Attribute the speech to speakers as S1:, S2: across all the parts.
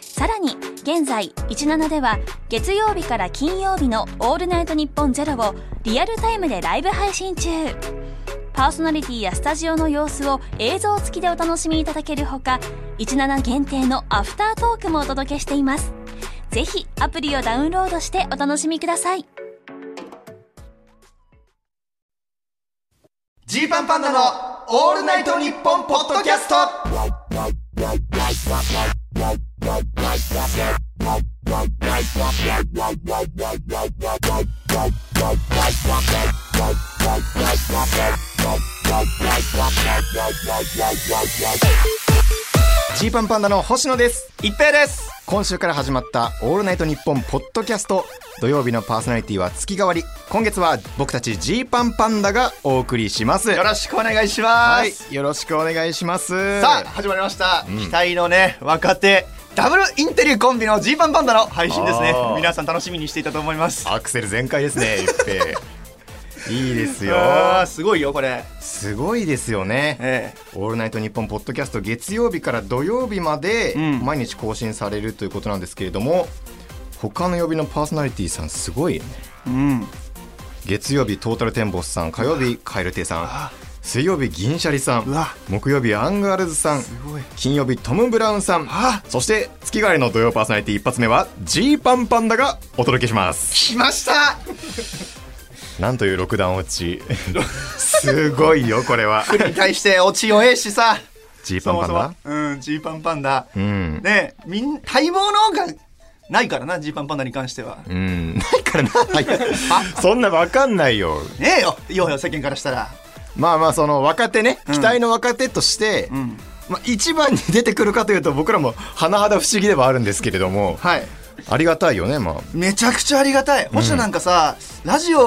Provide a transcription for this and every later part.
S1: さらに現在17では月曜日から金曜日の「オールナイトニッポンゼロをリアルタイムでライブ配信中パーソナリティやスタジオの様子を映像付きでお楽しみいただけるほか17限定のアフタートークもお届けしていますぜひアプリをダウンロードしてお楽しみください
S2: ジーパンパンダのオールナイトニッポンポッドキャストジーパンパンダの星野です
S3: 一平です
S2: 今週から始まったオールナイトニッポンポッドキャスト土曜日のパーソナリティは月替わり今月は僕たちジーパンパンダがお送りします
S3: よろしくお願いしま
S2: はい
S3: す、、
S2: よろしくお願いします。
S3: さあ始まりました、期待のね若手ダブルインテリコンビのジーパンパンダの配信ですね
S2: あー
S3: 皆さん楽しみにしていたと思います
S2: アクセル全開ですね、一平。いいですよ。
S3: あーすごいよこれ
S2: すごいですよね。
S3: え
S2: オールナイトニッポンポッドキャスト月曜日から土曜日まで
S3: うん
S2: 毎日更新されるということなんですけれども、他の曜日のパーソナリティさんすごいね。
S3: えうん
S2: 月曜日トータルテンボスさん、火曜日カエルテイさ
S3: あ
S2: ん、水曜日銀シャリさ、
S3: うんわ
S2: 木曜日アンガールズさん、
S3: すごい
S2: 金曜日トム・ブラウンさん
S3: あ
S2: そして月替わりの土曜パーソナリティ一発目はジーパンパンダがお届け します
S3: 来ました
S2: なんという六段落 ちすごいよこれは
S3: に対してオチ弱えしさ
S2: ジーパ
S3: そ
S2: ン
S3: も
S2: パン
S3: そ
S2: ダ
S3: もうんジーパンパンダ、
S2: うん
S3: ねえみん待望のがないからなジーパンパンダに関しては
S2: うんないからなそんなわかんないよ
S3: ねえよいいよ世間からしたら
S2: まあまあその若手ね
S3: ん
S2: 期待の若手として、
S3: ん
S2: まあ、一番に出てくるかというと僕らも甚だ不思議ではあるんですけれども
S3: はい
S2: ありがたいよねまあ
S3: めちゃくちゃありがたい星野なんかさ、ラジオ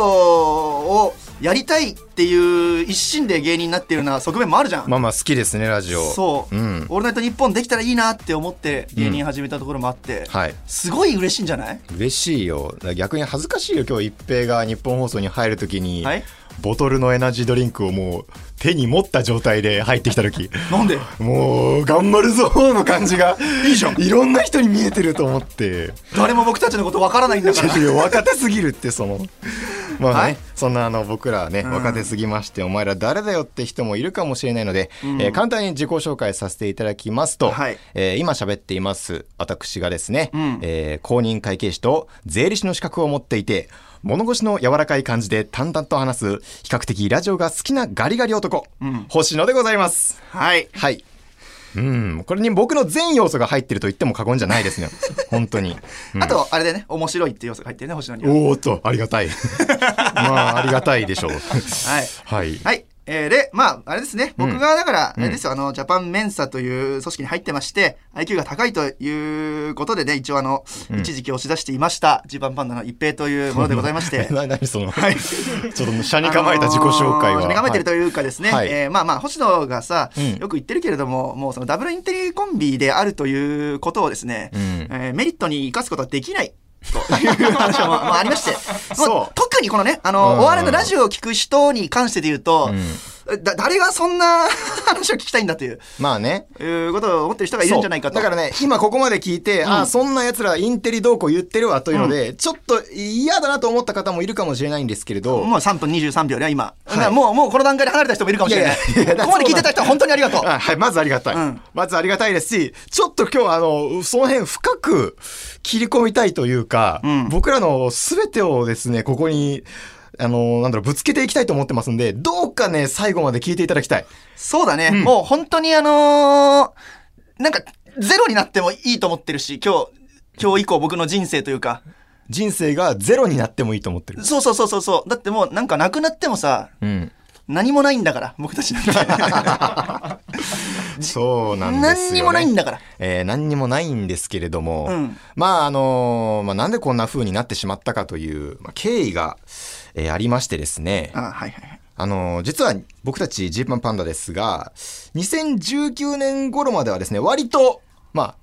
S3: をやりたいっていう一心で芸人になってるような側面もあるじゃん、
S2: まあまあ好きですねラジオ
S3: そう、
S2: ん
S3: オールナイトニッポン」できたらいいなって思って芸人始めたところもあって、
S2: はい
S3: すごい嬉しいんじゃない
S2: 嬉しいよ逆に恥ずかしいよ今日一平が日本放送に入るときに、
S3: はい
S2: ボトルのエナジードリンクをもう手に持った状態で入ってきた時
S3: なんで
S2: もう頑張るぞの感じがいいじゃんいろんな人に見えてると思って
S3: 誰も僕たちのことわからないんだから
S2: いや若手すぎるっ てそのまあね、
S3: はい
S2: そんなあの僕らはね、若手すぎましてお前ら誰だよって人もいるかもしれないので、えー簡単に自己紹介させていただきますと、
S3: はい
S2: えー今喋っています私がですね、
S3: ん
S2: えー公認会計士と税理士の資格を持っていて物腰の柔らかい感じで淡々と話す比較的ラジオが好きなガリガリ男、星野でございます。
S3: はい
S2: はいうん、これに僕の全要素が入ってると言っても過言じゃないで すね本当に、うん
S3: あとあれでね面白いっていう要素が入ってるね星野には
S2: おおっとあり がたいまあありがたいでしょう
S3: はい
S2: はい
S3: はい。えーで、まあ、あれですね。僕が、だから、あれですよ、あの、ジャパンメンサという組織に入ってまして、IQ が高いということでね、一応、あの、一時期押し出していました、ジーパンパンダの一平というものでございまして。
S2: な何その、
S3: はい
S2: ちょっと車に構えた自己紹介
S3: あの
S2: は、
S3: ー構えてると
S2: はい
S3: いうかですね、
S2: はい
S3: えーまあまあ、星野がさ
S2: うん、
S3: よく言ってるけれども、もうそのダブルインテリコンビであるということをですね、
S2: ん
S3: えーメリットに生かすことはできない。という話も まあありまして、
S2: そう
S3: もう特にこのね、あの、
S2: うん
S3: お笑いのラジオを聞く人に関してで言うと、だ誰がそんな話を聞きたいんだという
S2: まあね
S3: いうことを思ってる人がいるんじゃないかと。
S2: そうだからね今ここまで聞いて、ああそんな奴らインテリどうこう言ってるわというので、ちょっと嫌だなと思った方もいるかもしれないんですけれど、
S3: もう3分23秒ね、今。
S2: い
S3: なもう、もうこの段階で離れた人もいるかもしれない。
S2: いやいやいや
S3: ここまで聞いてた人は本当にありがとう。
S2: あはい、まずありがたい、
S3: うん
S2: まずありがたいですし、ちょっと今日あの、その辺深く切り込みたいというか、
S3: ん
S2: 僕らの全てをですね、ここに、あの、なんだろう、ぶつけていきたいと思ってますんで、どうかね、最後まで聞いていただきたい。
S3: そうだね、もう本当にあのーなんか、ゼロになってもいいと思ってるし、今日、今日以降僕の人生というか。
S2: 人生がゼロになってもいいと思ってる。
S3: そうそうそうそうそう。だってもうなんかなくなってもさ、
S2: うん。
S3: 何もないんだから、僕たちなんて。
S2: そうなんですよ、ね。
S3: 何にもないんだから。
S2: えー何にもないんですけれども、
S3: うん
S2: まああのまあ、なんでこんな風になってしまったかという、まあ、経緯が、えーありましてですね、
S3: あはいはいはい。
S2: あの実は僕たちジーパンパンダですが2019年頃まではですね割とまあ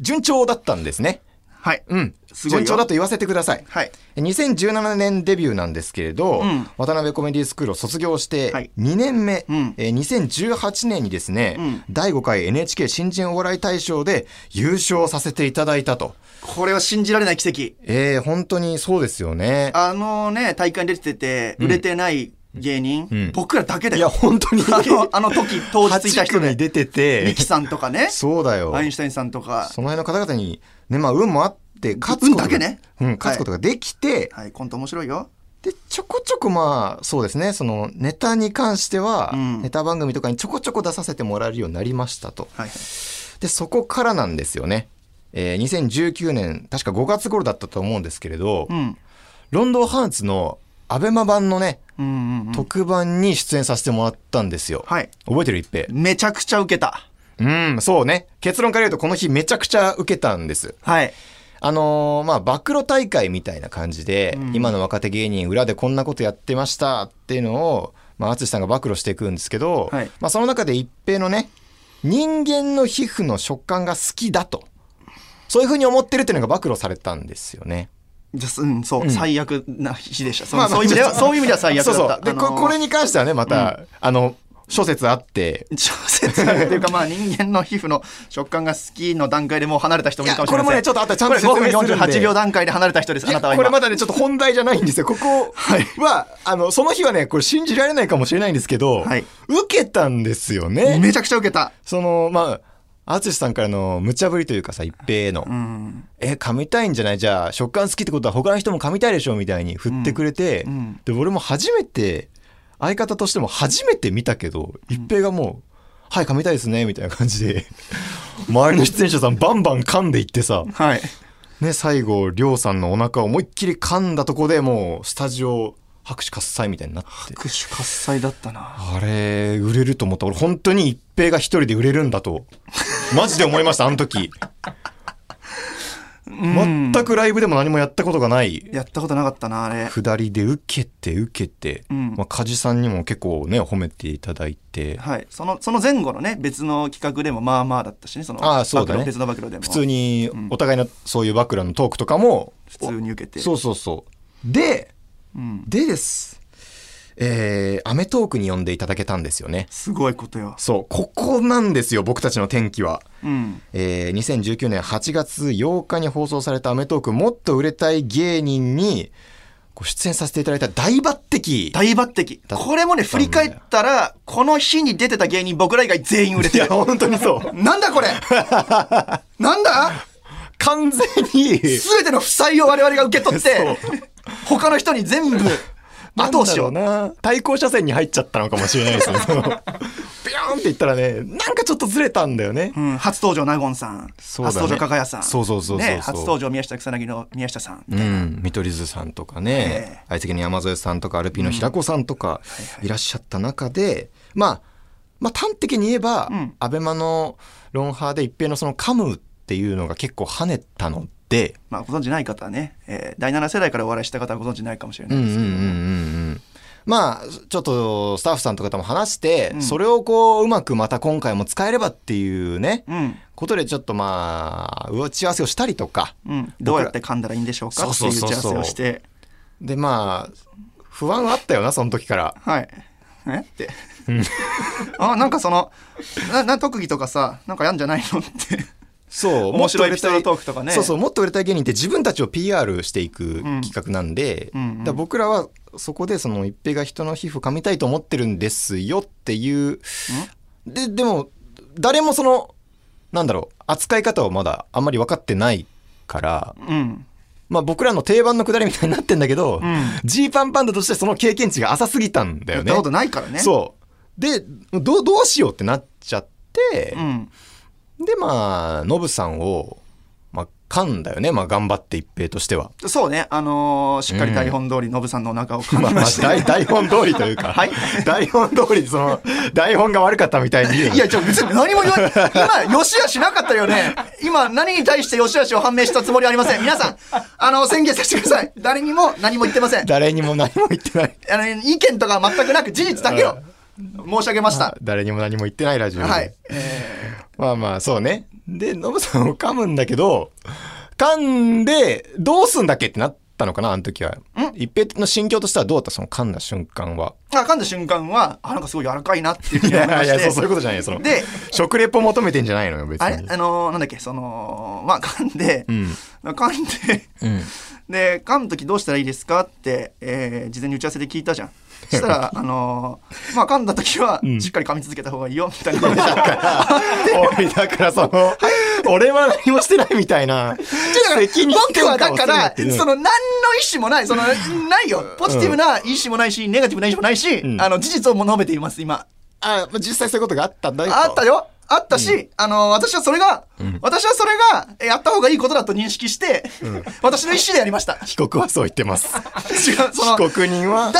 S2: 順調だったんですね。
S3: はい。
S2: うん、
S3: すごいよ
S2: 順調だと言わせてください。
S3: はい。
S2: 2017年デビューなんですけれど、
S3: うん
S2: 渡辺コメディスクールを卒業して
S3: はい
S2: 2年目、
S3: うん
S2: えー2018年にですね、
S3: うん
S2: 第5回 NHK 新人お笑い大賞で優勝させていただいたと。
S3: これは信じられない奇跡。
S2: えー本当にそうですよね。
S3: あのね、大会に出てて、売れてない芸人、
S2: ん
S3: 僕らだけだ
S2: いや、
S3: よ。
S2: 本当に。
S3: あの、あの時、当日いた人
S2: 8組
S3: で。
S2: 出てて。
S3: ミキさんとか ね、
S2: そうだよ。
S3: アインシュタインさんとか、
S2: その辺の方々に、ね、まあ、運もあって、勝つことが
S3: 運だけね
S2: うん、勝つことができて、
S3: はい、コント面白いよ。
S2: で、ちょこちょこまあ、そうですね、その、ネタに関しては、
S3: うん
S2: ネタ番組とかにちょこちょこ出させてもらえるようになりましたと。
S3: はいはい。
S2: で、そこからなんですよね。えー2019年、確か5月頃だったと思うんですけれど、
S3: うん。
S2: ロンドンハーツのアベマ版のね、
S3: うんうんうん。
S2: 特番に出演させてもらったんですよ。
S3: はい。
S2: 覚えてる一平。
S3: めちゃくちゃ受けた。
S2: うん、そうね。結論から言うと、この日めちゃくちゃ受けたんです。
S3: はい。
S2: あのーまあ、暴露大会みたいな感じで、
S3: うん
S2: 今の若手芸人裏でこんなことやってましたっていうのを、まあ、淳さんが暴露していくんですけど、
S3: はい
S2: まあ、その中で一平のね、人間の皮膚の食感が好きだと。そういうふうに思ってるっていうのが暴露されたんですよね。
S3: じゃすうん、そう、
S2: うん
S3: 最悪な日でした。そ,、
S2: まあまあ
S3: そういう意味では、
S2: ちょっと
S3: そういう意味では最悪だった。
S2: そうそう。で、ここれ
S3: に。
S2: に関してはね、また、あの、諸説あって、
S3: 小説あるというか、まあ人間の皮膚の食感が好きの段階でもう離れた人もいるかもしれません。
S2: いやこれもねちょっと後でちゃんと説
S3: これ
S2: 明するんで
S3: 5分48秒段階で離れた人です。あ
S2: いや
S3: なたは
S2: これ
S3: 今。
S2: まだねちょっと本題じゃないんで すよここは、あのその日はねこれ信じられないかもしれないんですけど、
S3: はい
S2: 受けたんですよね
S3: めちゃくちゃ受けた。
S2: そのまあ淳さんからの無茶ぶりというかさ一平への「
S3: うん。
S2: え噛みたいんじゃないじゃあ食感好きってことは他の人も噛みたいでしょ」みたいに振ってくれて、
S3: うんうん
S2: で俺も初めて相方としても初めて見たけど一平がもう「はい噛みたいですね」みたいな感じで周りの出演者さんバンバン噛んでいってさ
S3: はい。
S2: ね、最後、りょうさんのお腹を思いっきり噛んだとこでもう、スタジオ、拍手喝采みたいになって。
S3: 握手喝采だったな。
S2: あれ、売れると思った。俺、本当に一平が一人で売れるんだと。 マジで思いました、あの時。全くライブでも何もやったことがない。
S3: やったことなかったな、あれ。
S2: 下りで受けて受けて、
S3: うん
S2: まあ、梶さんにも結構ね褒めていただいて
S3: はい、そのその前後のね別の企画でもまあまあだったしねその
S2: ああそうだね
S3: 暴露別の暴露でも
S2: 普通にお互いのそういう暴露のトークとかも、
S3: 普通に受けて
S2: そうそうそうで
S3: うん、
S2: でです、えー、アメトーークに呼んでいただけたんですよね。
S3: すごいことよ、
S2: そう、ここなんですよ、僕たちの天気は。
S3: うん、
S2: えー、2019年8月8日に放送されたアメトーーク、もっと売れたい芸人に、こう出演させていただいた大抜擢。
S3: 大抜擢
S2: だ
S3: これもね振り返ったらこの日に出てた芸人僕ら以外全員売れ
S2: い
S3: て
S2: や、
S3: る
S2: 本当にそう。
S3: なんだこれなんだ
S2: 完全に、
S3: 全ての負債を我々が受け取って他の人に全 部後押しを
S2: なんだろうな。対向車線に入っちゃったのかもしれないですね。 そのビヨーンって言ったらね、なんかちょっとずれたんだよね。
S3: うん、初登場納言さん、初
S2: そうだね
S3: 登場加賀谷さん
S2: そうそうそうそうそう
S3: ね、初登場宮下草薙の宮下さん
S2: うん、見取り図さんとか
S3: え
S2: ね相席の山添さんとかアルピーの平子さんとかいらっしゃった中で、まあ、まあ端的に言えば、
S3: うん
S2: アベマの「ロンハー」で一平のその「カム」っていうのが結構跳ねたので、
S3: まあ、ご存知ない方はね、えー第7世代からお笑いした方はご存知ないかもしれ
S2: う
S3: なんい
S2: うん
S3: で
S2: うんう
S3: す
S2: ん
S3: け
S2: う
S3: ど、
S2: んまあちょっとスタッフさんとかとも話して、
S3: うん
S2: それをこううまくまた今回も使えればっていうね、
S3: うん
S2: ことでちょっとまあ打ち合わせをしたりとか、
S3: うん、どうやって噛んだらいいんでしょうかって
S2: そ
S3: いうう打
S2: そう
S3: ち
S2: そう
S3: 合わせ
S2: そう
S3: をして
S2: でまあ不安はあったよなその時から。
S3: はいえって あなんかそのなな特技とかさなんかやんじゃないのって
S2: そう
S3: 面白い
S2: もっと売
S3: エピソード
S2: れた
S3: トークとかね
S2: そうそうもっと売れたい芸人って自分たちを PR していく企画なんで、
S3: うんうんうん
S2: だから僕らはそこでその一平が人の皮膚噛みたいと思ってるんですよっていうででも誰もそのなんだろう扱い方をまだあんまり分かってないから、
S3: うん
S2: まあ、僕らの定番のくだりみたいになってんだけど
S3: ん
S2: ジー、パンパンダとしてその経験値が浅すぎたんだ
S3: や
S2: よ
S3: っ
S2: ね。
S3: たことないからね
S2: そうでどうどうしようってなっちゃって。
S3: うん
S2: でまあノブさんを、まあ、噛んだよね、まあ、頑張って一平としては。
S3: そうね、あのーしっかり台本通り、ノブさんのお腹を噛
S2: まあ
S3: み
S2: ま
S3: ま
S2: あ
S3: し、て。
S2: 台台本通りというか、
S3: はい
S2: 台本通りその台本が悪かったみたいに言うない
S3: や、ちょ、別に何も言わない。今、よしあしなかったよね。今、何に対してよしあしを判明したつもりはありません。皆さん、あの、宣言させてください。誰にも何も言ってません。
S2: 誰にも何も言っ てない
S3: あの、意見とか全くなく、事実だけを申し上げました。
S2: 誰にも何も言ってないラジオで
S3: はい。え
S2: まあまあそうねでノブさんを噛むんだけど噛んでどうすんだっけってなったのかなあの時は一平の心境としてはどうだったその噛んだ瞬間は
S3: ーあ噛んだ瞬間は、あ、なんかすごい柔らかいなっていうふう
S2: い
S3: に思いま
S2: や
S3: し
S2: い
S3: て。
S2: やそうそういうことじゃないよその
S3: で、
S2: 食レポ求めてんじゃないのよ別に
S3: あれあのーなんだっけ、その、まあ、噛んで
S2: う、ん
S3: 噛んで、
S2: うん
S3: で「噛む時どうしたらいいですか?」って、えー事前に打ち合わせで聞いたじゃんそしたら、あのーまあ、噛んだ時はしっかり噛み続けた方がいいよみた いな、い
S2: おいだからその俺は何もしてないみたいな責任
S3: 僕はだか
S2: 転嫁を
S3: ら
S2: す
S3: その何
S2: るなって
S3: の意思もないそのないよポジティブな意思もないしネガティブな意思もないし、
S2: ん
S3: あの事実をも述べています今
S2: あまあ実際そういうことがあったんだよ
S3: あったよあったし、あのー私はそれが、私はそれがえやった方がいいことだと認識して、 私の意思でやりました
S2: 被告はそう言ってます
S3: 違うその誰
S2: 被告人は
S3: も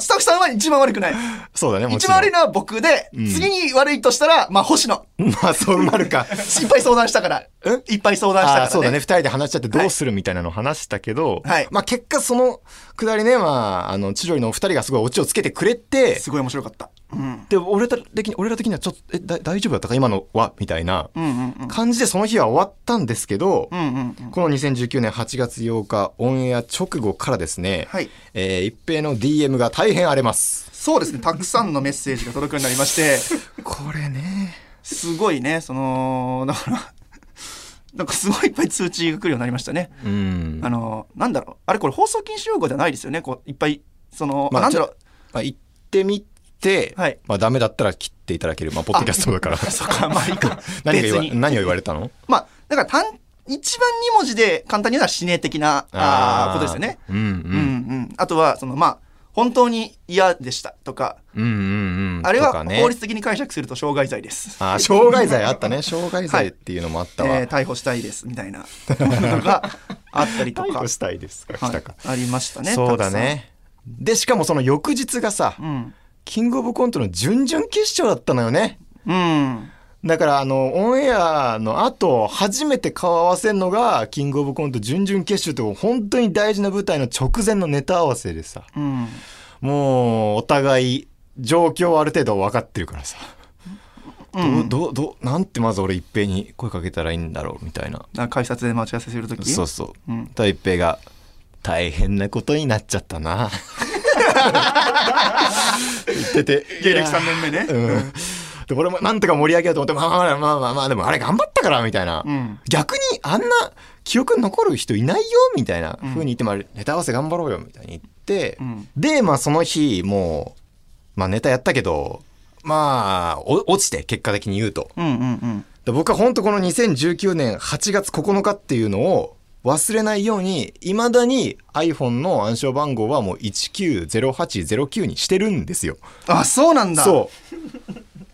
S3: スタッフさんは一番悪くない
S2: そうだねもち
S3: 一
S2: ろん
S3: 番悪いのは僕で、次に悪いとしたら、まあ、星野。
S2: まあそうなる か
S3: いっぱい相談したから。いっぱい相談したから、ね。
S2: あーそうだね。2人で話しちゃってどうするみたいなのを話したけど、
S3: はい
S2: まあ、結果そのくだりね、まあ、あの千鳥のお二人がすごいオチをつけてくれて
S3: すごい面白かった。うん。
S2: で俺ら的に俺ら的にはちょっとえだ大丈夫だったか今のはみたいな
S3: うんうんうん。
S2: 感じでその日は終わったんですけど、
S3: うんうんうん。
S2: この2019年8月8日オンエア直後からですね、
S3: はい
S2: えー一平の DM が大変荒れます。
S3: そうですね。たくさんのメッセージが届くようになりまして、
S2: これね
S3: すごいね、その、だから、なんかすごいいっぱい通知が来るようになりましたね。
S2: うん
S3: あの、なんだろう。あれこれ放送禁止用語じゃないですよね。こう、いっぱい、その、
S2: まあ
S3: なんだろ
S2: ち
S3: う。
S2: まあ、行ってみて、
S3: はい
S2: まあ、ダメだったら切っていただける、まあ、ポッドキャストだから。
S3: そっか、まあいいか
S2: 何が言わ
S3: 別に
S2: 何を言われたの
S3: まあ、だから単、一番二文字で簡単に言うのは死ね的なあーことですよね。。
S2: うんう
S3: うん
S2: ん。
S3: うん、あとはそのまあ本当に嫌でしたとか
S2: うんうんうん。
S3: あれ
S2: と
S3: は
S2: かね
S3: 法律的に解釈すると傷害罪です、
S2: あー、障害罪あったね。障害罪っていうのもあったわ。
S3: えー逮捕したいですみたいなのがあったりと か、はい
S2: したいですか、
S3: ありましたね
S2: そうだね。で、しかもその翌日が
S3: た
S2: さ
S3: く、さん
S2: キングオブコントの準々決勝だったのよね。
S3: うん、うん、
S2: だからあのオンエアの後初めて顔を合わせるのがキングオブコント準々決勝という本当に大事な舞台の直前のネタ合わせでさ
S3: うん、
S2: もうお互い状況はある程度分かってるからさ、
S3: うん
S2: どうどうどうなんてまず俺一平に声かけたらいいんだろうみたいな
S3: なんか改札で待ち合わせするとき
S2: そうそう、
S3: うん
S2: と一平が「大変なことになっちゃっ たな」言ってて
S3: 芸歴3年目ね、
S2: うんで俺もなんとか盛り上げようと思ってまあまあまあまあまあでもあれ頑張ったからみたいな、
S3: うん
S2: 逆にあんな記憶に残る人いないよみたいな風に言っても、あれネタ合わせ頑張ろうよみたいに言って、
S3: うん
S2: でまあその日もう、まあ、ネタやったけどまあお落ちて結果的に言うと
S3: うんうんうん
S2: で僕は本当この2019年8月9日っていうのを忘れないようにいまだに iPhone の暗証番号はもう190809にしてるんですよ。
S3: あそうなんだ
S2: そう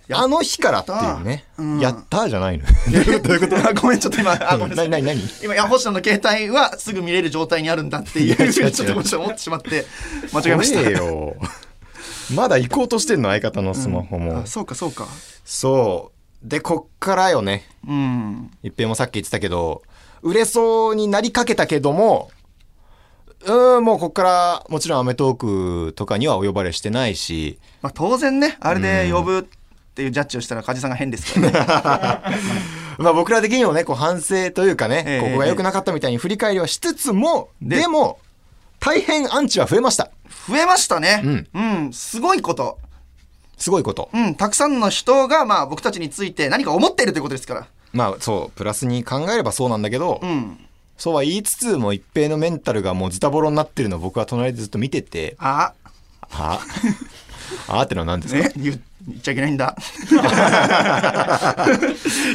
S3: やった
S2: あの日からっていうね「
S3: うん
S2: やった」じゃないの
S3: どういうことごめんちょっと今 あごめんなさい
S2: 何何何
S3: 今ヤホシの携帯はすぐ見れる状態にあるんだっていう
S2: いや違う違う
S3: ちょっとごめんなさい思ってしまって間違えました
S2: 怖えよ まだ行こうとしてんの相方のスマホも、
S3: あそうかそうか
S2: そうでこっからよね
S3: うん
S2: 一平もさっき言ってたけど売れそうになりかけたけどもうんもうこっからもちろん『アメトーク』とかにはお呼ばれしてないし
S3: まあ当然ねあれで呼ぶっていうジャッジをしたら梶さんが変ですから ね
S2: まあ僕ら的にもね、こう反省というかね、
S3: ええ
S2: ここが良くなかったみたいに振り返りはしつつも、でも、大変アンチは増えました。
S3: 増えましたねうん、すごいこと
S2: すごいこと。
S3: うんたくさんの人がまあ僕たちについて何か思っているということですから
S2: まあそう、プラスに考えればそうなんだけど、
S3: うん
S2: そうは言いつつも一平のメンタルがもうズタボロになってるのを僕は隣でずっと見て て、
S3: あ
S2: はあーってのは何 ですか
S3: ね言う言っちゃいけないんだ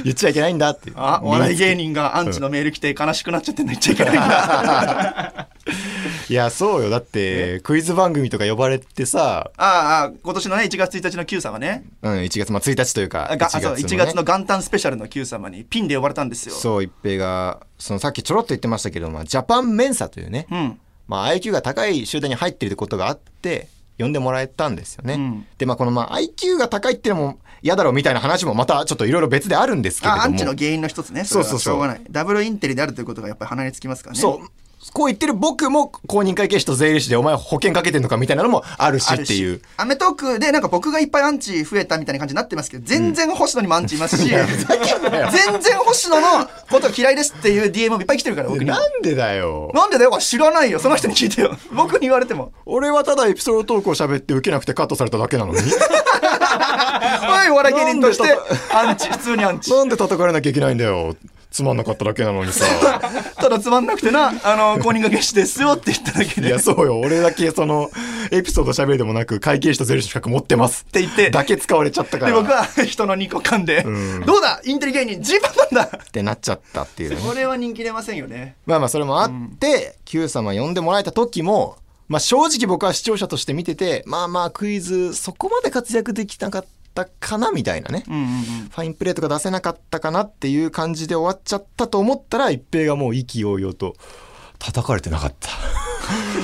S2: 言っちゃいけないんだって。
S3: あお笑い芸人がアンチのメール来て悲しくなっちゃってんの言っちゃいけないんだ
S2: いやそうよだってクイズ番組とか呼ばれてさ、
S3: ああ、今年のね、1月1日の Q 様ね。
S2: うん、1月まあ1日というか
S3: あがあそう1月の元旦スペシャルの Q 様にピンで呼ばれたんですよ。
S2: そう一平がそのさっきちょろっと言ってましたけど、まあ、ジャパンメンサというね、
S3: うん。
S2: まあ、IQ が高い集団に入っていることがあって呼んでもらえたんですよね。
S3: うん
S2: でまあこのまあ IQ が高いっていうのも嫌だろうみたいな話もまたちょっといろいろ別であるんですけれど
S3: あ
S2: も
S3: アンチの原因の一つね。れは
S2: そうそうそう
S3: しょうがない。ダブルインテリであるということがやっぱり鼻につきますからね。
S2: そうこう言ってる僕も公認会計士と税理士でお前保険かけてんのかみたいなのもあるし
S3: あ
S2: っ
S3: る
S2: て
S3: し
S2: いう。
S3: アメトークでなんか僕がいっぱいアンチ増えたみたいな感じになってますけど、全然星野にもアンチい ますし、全然星野のこと嫌いですっていう DM もいっぱい来てるから、僕に。な
S2: なんでだよ
S3: んでだよ、知らないよ。その人に聞いてよ。僕に言われても。
S2: 俺はただエピソードトークを喋って受けなくてカットされただけなのに
S3: はい、お笑い芸人として
S2: なん、
S3: アンチ、普通にアンチ。
S2: なんで叩かれなきゃいけないんだよつまんなかっただけなの にさ
S3: ただつまんなくてな、あの、公認がけ師ですよって言っただけ
S2: い
S3: で。
S2: や
S3: っ
S2: そうよ俺だけそのエピソード喋るでもなく会計士と税理士の資格持ってますって
S3: 言って、
S2: だけ使われちゃったから
S3: で、僕は 人の2個噛んで、
S2: ん
S3: どうだインテリ芸人、ジーパンマンだ
S2: ってなっちゃったっていうね
S3: これは人気出ませんよね。
S2: まあまあそれもあって、Q 様呼んでもらえた時も、まあ、正直僕は視聴者として見ててまあまあクイズそこまで活躍できなかったかなみたいなね、
S3: うんうんうん。
S2: ファインプレーとか出せなかったかなっていう感じで終わっちゃったと思ったら一平がもう意気揚々と叩かれてなかった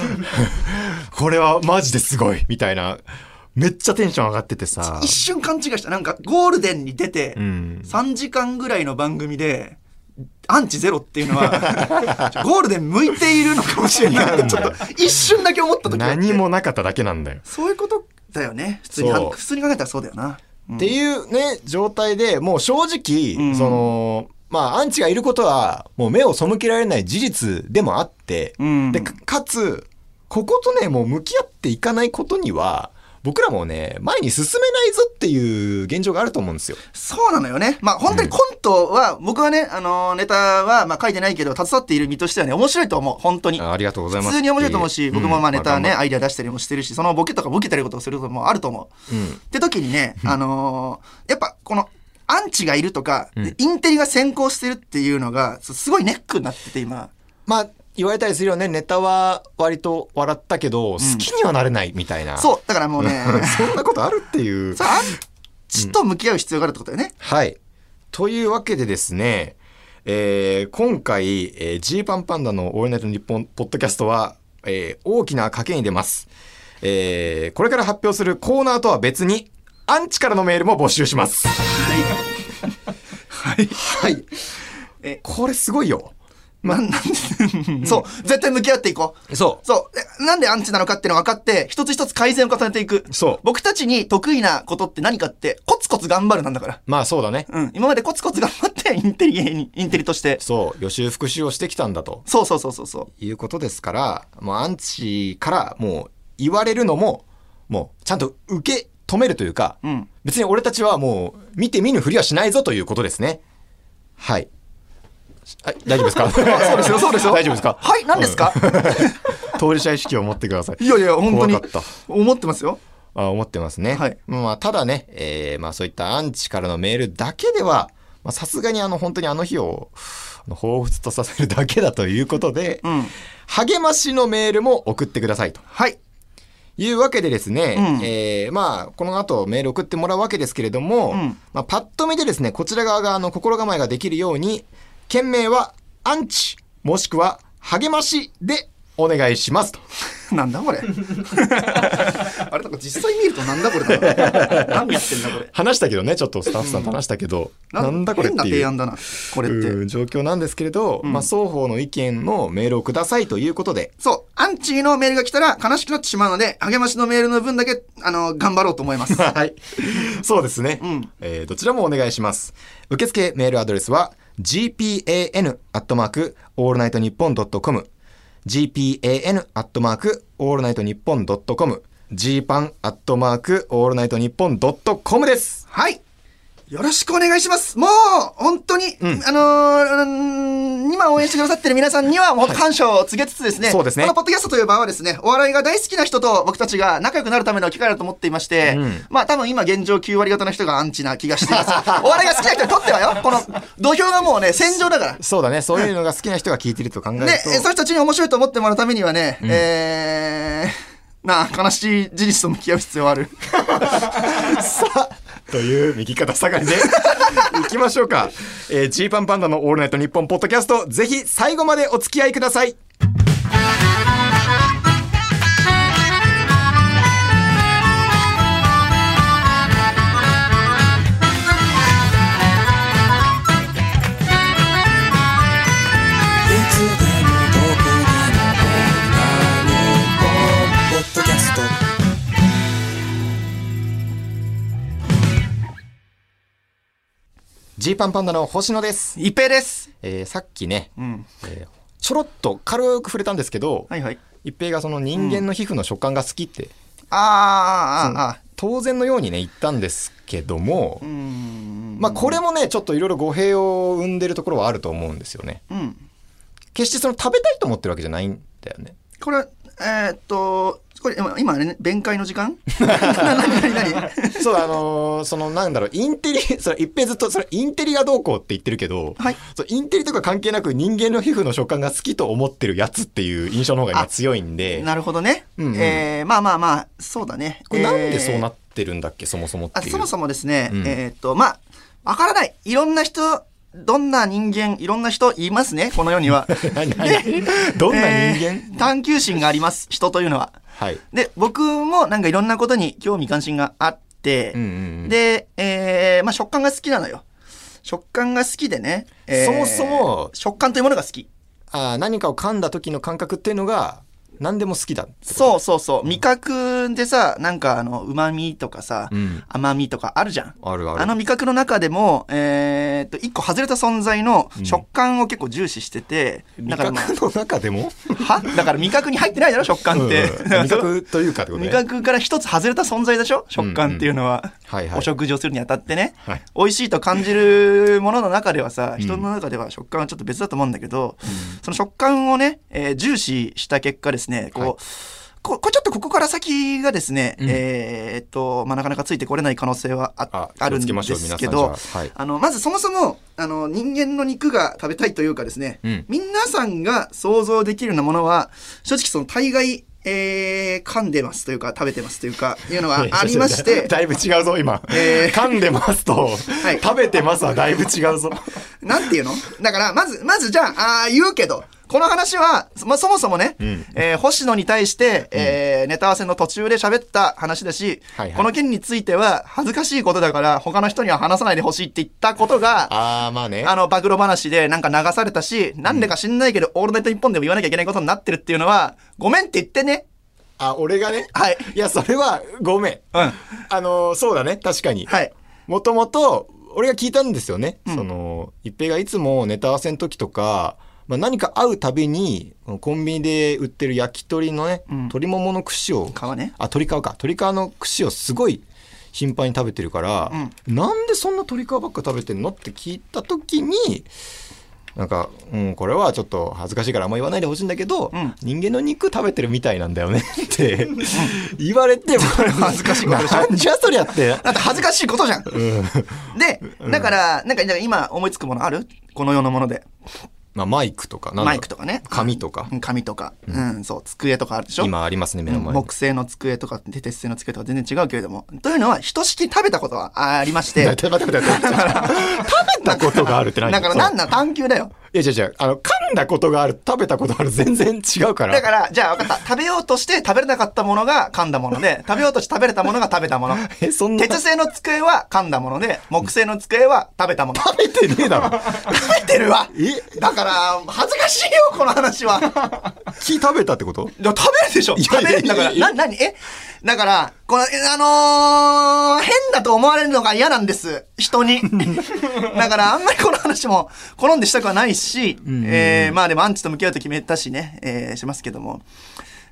S2: これはマジですごいみたいなめっちゃテンション上がっててさ
S3: 一、瞬勘違いした。なんか、ゴールデンに出て、
S2: うん、
S3: 3時間ぐらいの番組で、アンチゼロっていうのは、 ゴールデン向いているのかもしれ ないって、ちょっと一瞬だけ思った時があって
S2: 何。もなかっただけなんだよ。
S3: そういうことだよね。普通に、
S2: そう
S3: 普通に考えたらそうだよな。うん
S2: っていうね状態でもう正直、
S3: うん
S2: そのまあアンチがいることはもう目を背けられない事実でもあって、
S3: うん
S2: でかかつこことねもう向き合っていかないことには僕らもね前に進めないぞっていう現状があると思うんですよ。
S3: そうなのよね。まあ本当にコントは、僕はね、あのネタは、まあ書いてないけど、携わっている身としてはね、面白いと思う。本当に。
S2: ありがとうございま
S3: 普
S2: す。
S3: 通に面白いと思うし、僕もまあネタね、
S2: うんまあ
S3: アイデア出したりもしてるし、そのボケとかボケたりことをすることもあると思う。
S2: うん
S3: って時にね、あのーやっぱこの、アンチがいるとか、でインテリが先行してるっていうのが、すすごいネックになってて今。
S2: まあ言われたりするよねネタは割と笑ったけど好きにはなれないみたいな、
S3: そう、だからもう ね、
S2: そんなことあるっていう
S3: そうアンチと向き合う必要があるってことだよね。
S2: はい。というわけでですね、えー今回、えー、ジーパンパンダのオールナイトニッポンポッドキャストは、えー大きな賭けに出ます。えーこれから発表するコーナーとは別に、アンチからのメールも募集します。
S3: はい。
S2: はい。
S3: え
S2: これすごいよ。
S3: まあ、なんで、そう、絶対向き合っていこう。
S2: そ
S3: そう。えなんでアンチなのかっていうのを分かって、一つ一つ改善を重ねていく。
S2: そう
S3: 僕たちに得意なことって何かって、コツコツ頑張るなんだから。
S2: う。まあそうだね。
S3: うん。今までコツコツ頑張って、インテリ芸人、インテリとして。
S2: そう。予習復習をしてきたんだと
S3: そうそうそうそうそう。
S2: いうことですから、もうアンチからもう言われるのも、もうちゃんと受け止めるというか、
S3: うん。
S2: 別に俺たちはもう見て見ぬふりはしないぞということですね。はい。はい大丈夫ですか そうですよ、そうですよ。 大丈夫ですか
S3: はい、何ですか、
S2: 当事者意識を持ってください。
S3: いやいや、本当に
S2: 怖かった。
S3: 思ってますよ。
S2: あ思ってますね。
S3: はい
S2: まあ、ただね、えーまあそういったアンチからのメールだけでは、まあさすがにあの本当にあの日をあの彷彿とさせるだけだということで、
S3: うん。
S2: 励ましのメールも送ってくださいと。
S3: はい。
S2: いうわけでですね、
S3: うん
S2: えーまあこの後メール送ってもらうわけですけれども、
S3: うん
S2: まあ、パッと見でですねこちら側があの心構えができるように件名は「アンチ」もしくは「励まし」でお願いしますと。
S3: なんだこ れ。あれ、なんか実際見るとなんだこれだな。何やってんだこれ。
S2: 話したけどねちょっとスタッフさんと話したけど、 なんだこれって
S3: 変な
S2: いう
S3: 提案だな、これって。
S2: うん状況なんですけれど、まあ、双方の意見のメールをくださいということで
S3: そう、アンチのメールが来たら悲しくなってしまうので、励ましのメールの分だけ、あの、頑張ろうと思います。
S2: はい。そうですね。
S3: ん
S2: えーどちらもお願いします。受付メールアドレスは gpan アットマークオールナイトニッポンドットコム gpan アットマークオールナイトニッポンドットコム gpan アットマークオールナイトニッポンドットコムです。
S3: はい。よろしくお願いします。もう、本当に、
S2: うん
S3: あのーうん今応援してくださってる皆さんには、本当感謝を告げつつですね、
S2: そうですね
S3: このポッドキャストという場はですね、お笑いが大好きな人と僕たちが仲良くなるための機会だと思っていまして、
S2: うん
S3: まあ多分今現状9割方の人がアンチな気が しています。お笑いが好きな人にとってはよ、この土俵がもうね、戦場だから。
S2: そう だね。そういうのが好きな人が聞いてると考える
S3: で、えそ
S2: と。
S3: の人たちに面白いと思ってもらうためにはね、えー、なあ、悲しい事実と向き合う必要はある。
S2: という右肩下がりで 行きましょうか。えージーパンパンダのオールナイトニッポンポッドキャスト、ぜひ最後までお付き合いください。
S4: いつでもどこでもこんなにポッポッドキャスト
S2: ジーパンパンダの星野です。
S3: 一平です。
S2: えーさっきね、
S3: うん。
S2: えーちょろっと軽く触れたんですけど、
S3: はいはい。
S2: 一平がその人間の皮膚の食感が好きって、
S3: あーあー、ああー、
S2: 当然のようにね、言ったんですけども、
S3: うーん。
S2: まあこれもね、ちょっといろいろ語弊を生んでるところはあると思うんですよね。
S3: うん。
S2: 決してその食べたいと思ってるわけじゃないんだよ ね。
S3: これ、えーっと、これ、今、今あれね、弁解の時 間何何何
S2: そう、あのーそのなんだろう、インテリ、 それ一平ずっと、それインテリがどうこうって言ってるけど、
S3: はい
S2: そうインテリとか関係なく人間の皮膚の食感が好きと思ってるやつっていう印象の方が今強いんで、
S3: なるほどね。
S2: うんうん
S3: えーまあまあまあ、そうだね。
S2: これなんでそうな
S3: っ
S2: ってるんだっけ、そもそもって
S3: あ
S2: いう。
S3: そもそもですね、
S2: うん
S3: えーっと、まあ、わからない。いろんな人、どんな人間、いろんな人いますね、この世に は。
S2: 何何どんな人間、
S3: えー探求心があります、人というのは。
S2: はい。
S3: で、僕もなんかいろんなことに興味関心があって、
S2: うんうんうん
S3: で、えーまあ食感が好きなのよ。食感が好きでね、えー
S2: そもそも
S3: 食感というものが好き。
S2: あー何かを噛んだ時の感覚っていうのが何でも好きだ。
S3: そうそうそう。味覚でさ、なんかあの、旨味とかさ、
S2: うん
S3: 甘味とかあるじゃん。
S2: あるある。
S3: あの味覚の中でも、えーっと、一個外れた存在の食感を結構重視してて、
S2: 味
S3: だから
S2: 覚
S3: まあ、
S2: の中でも、
S3: はだから味覚に入ってないだろ、食感って。
S2: う んうん味覚というかってことね
S3: 味覚から一つ外れた存在でしょ食感っていうのは、
S2: はいはい
S3: お食事をするにあたってね、
S2: はい
S3: 美味しいと感じるものの中ではさ人の中では食感はちょっと別だと思うんだけど、その食感をね、えー重視した結果ですねこう、
S2: はい
S3: ここれちょっとここから先がですね、
S2: うん
S3: えーっと、まあ、なかなかついてこれない可能性はあ
S2: あ
S3: あるんで
S2: 気をつけましょう
S3: す
S2: 皆
S3: け
S2: さん
S3: ど
S2: じゃあはい
S3: あのまずそもそもあの人間の肉が食べたいというかですね、
S2: うん
S3: 皆さんが想像できるようなものは正直その大概、えー噛んでますというか食べてますというかいうの はありまして
S2: だいぶ違うぞ、今。
S3: えー
S2: 噛んでますと、
S3: い
S2: 食べてますはだいぶ違 うぞ。
S3: なんていうのだからまずまずじゃああー言うけどこの話は、まあ、そもそもね、
S2: ん
S3: えー星野に対して、えーネタ合わせの途中で喋った話だし、
S2: はいはい
S3: この件については恥ずかしいことだから他の人には話さないでほしいって言ったことが
S2: あー、まあね。
S3: あの、暴露話でなんか流されたし、なんでか知んないけど、オールナイト日本でも言わなきゃいけないことになってるっていうのは、ごめんって言ってね。
S2: あ、俺がね。
S3: はい。
S2: いや、それは、ごめん。
S3: うん。
S2: あの、そうだね、確かに。
S3: はい。
S2: もともと、俺が聞いたんですよね。その、一平がいつもネタ合わせの時とか、まあ、何か会うたびに、コンビニで売ってる焼き鳥のね、
S3: ん
S2: 鶏ももの串を、
S3: 皮ね。
S2: あ、鶏皮か。鶏皮の串をすごい頻繁に食べてるから、なんでそんな鶏皮ばっか食べてんのって聞いた時に、なんか、うん、これはちょっと恥ずかしいからあんま言わないでほしいんだけど、
S3: ん
S2: 人間の肉食べてるみたいなんだよねって言われて、 恥ずかしいことでしょ。なんじゃそりゃって。
S3: だって恥ずかしいことじゃん。で、だから、なんか今思いつくものあるこの世のもので。
S2: まあ、マイクとか、なんだろう
S3: マイクとかね。
S2: 紙とか
S3: う。ん紙とか。うん、そう、机とかあるでしょ
S2: 今ありますね、目の前に。
S3: 木製の机とか、鉄製の机とか全然違うけれども。というのは、ひとしきり食べたことはありま して。
S2: 待って待って待って 待って食べたことがあるって何
S3: だから、なんな
S2: だ
S3: ん探求だよ。
S2: いや、違う違う。あの、噛んだことがある、食べたことある、全然違うから。
S3: だから、じゃあ分かった。食べようとして食べれなかったものが噛んだもの で、食べようとして食べれたものが食べたもの。
S2: え、そんな。
S3: 鉄製の机は噛んだも ので、木製の机は食べたもの。
S2: 食べてねえだろ。
S3: 食べてるわ
S2: え
S3: だから、恥ずかしいよ、この話は。
S2: 木食べたってこと
S3: でも食べるでしょ
S2: いや
S3: 食
S2: い
S3: べ
S2: や
S3: るんだから。
S2: いや
S3: な、なにえだから、この、えあのー変だと思われるのが嫌なんです。人 に。だから、あんまりこの話も好んでしたくはないし、えーまあでもアンチと向き合うと決めたしね、えーしますけども。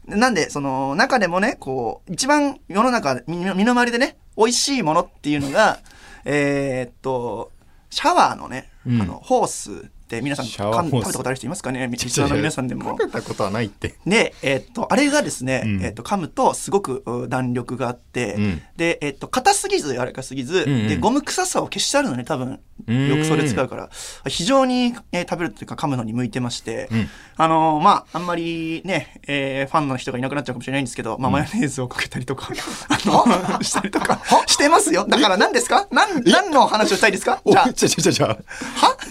S3: なんで、その、中でもね、こう、一番世の中、み身の回りでね、美味しいものっていうのが、えーっと、シャワーのね、
S2: うん
S3: あの、ホースって皆さん、
S2: シャワー
S3: かん
S2: ホー
S3: 食
S2: ス
S3: べたことある人いますかねリスナーの皆さんでも
S2: 食。べたことはないって。
S3: で、えーっと、あれがですね、
S2: うん
S3: えーっと、噛むとすごくう弾力があって、
S2: うん
S3: で、えーっと、硬すぎず柔らかすぎず、
S2: んうん
S3: で、ゴム臭さを消してあるのね、多分。
S2: うん
S3: よくそれ使うから。非常に、えー食べるというか噛むのに向いてまして、
S2: うん
S3: あのーまあ、あんまりね、えーファンの人がいなくなっちゃうかもしれないんですけど、まあ、マヨネーズをかけたり とか、あの、したりとか、してますよ。だから何ですか何、何の話をしたいですか
S2: お
S3: じゃあ、
S2: ちゃちゃちゃちゃ。は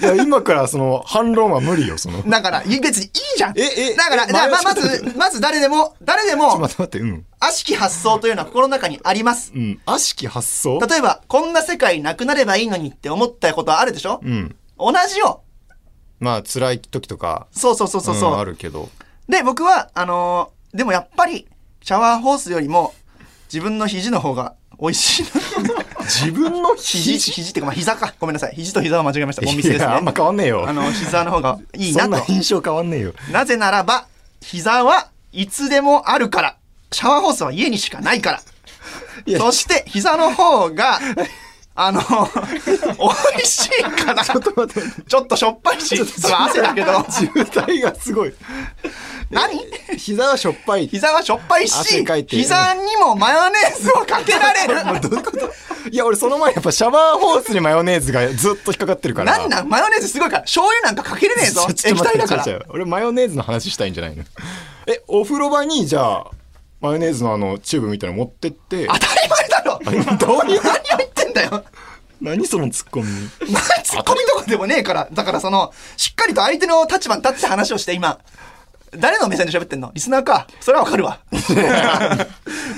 S2: いや、今からその反論は無理よ、その。ちょっ
S3: だから、い別にいいじゃん
S2: ええ
S3: だから、
S2: え
S3: じゃあまあま
S2: 迷っちゃった
S3: ず、まず誰でも、誰で
S2: と
S3: も、
S2: 待って待って、うん。
S3: 悪しき発想というのは心の中にあります。
S2: うん。悪しき発想
S3: 例えば、こんな世界なくなればいいのにって思ったことはあるでしょ
S2: うん。
S3: 同じよ。
S2: まあ、辛い時とか、
S3: そうそうそうそうそう。
S2: んあるけど。
S3: で、僕は、あのーでもやっぱり、シャワーホースよりも、自分の肘の方が美味しいな。
S2: 自分の
S3: 肘、肘っていうか、まあ、膝か。ごめんなさい。肘と膝を間違えました。ボンミスですね。
S2: いやあんま変わんねえよ
S3: あの、膝の方がいいな
S2: そん
S3: と
S2: な。印象変わんねえよ。
S3: なぜならば、膝はいつでもあるから。シャワーホースは家にしかないか
S2: いや
S3: ら。そして、膝の方が、あの、美味しいから。ちょっと
S2: 待って
S3: しょっぱいし、それは汗だけど。
S2: 渋滞がすごい。
S3: 何
S2: 膝はしょっぱい。
S3: 膝はしょっぱい
S2: 汗
S3: し
S2: かい、て
S3: 膝にもマヨネーズをかけられる。
S2: どういうこといや、俺その前やっぱシャワーホースにマヨネーズがずっと引っかかってるから。
S3: なんなんマヨネーズすごいから、醤油なんかかけれねえぞ。
S2: ち
S3: 液
S2: ょっと待
S3: 体
S2: って
S3: だから
S2: 違う。違う俺マヨネーズの話したいんじゃないのえお風呂場にじゃあマヨネーズのあのチューブみたいなの持ってって
S3: 当たり前だろ。
S2: どういう
S3: 何を言ってんだよ。
S2: 何そのツッコミ
S3: まあ、ツッコミとかでもねえから。だからその、しっかりと相手の立場に立って話をして今。誰の目線で喋ってんのリスナーか。それはわかる わ。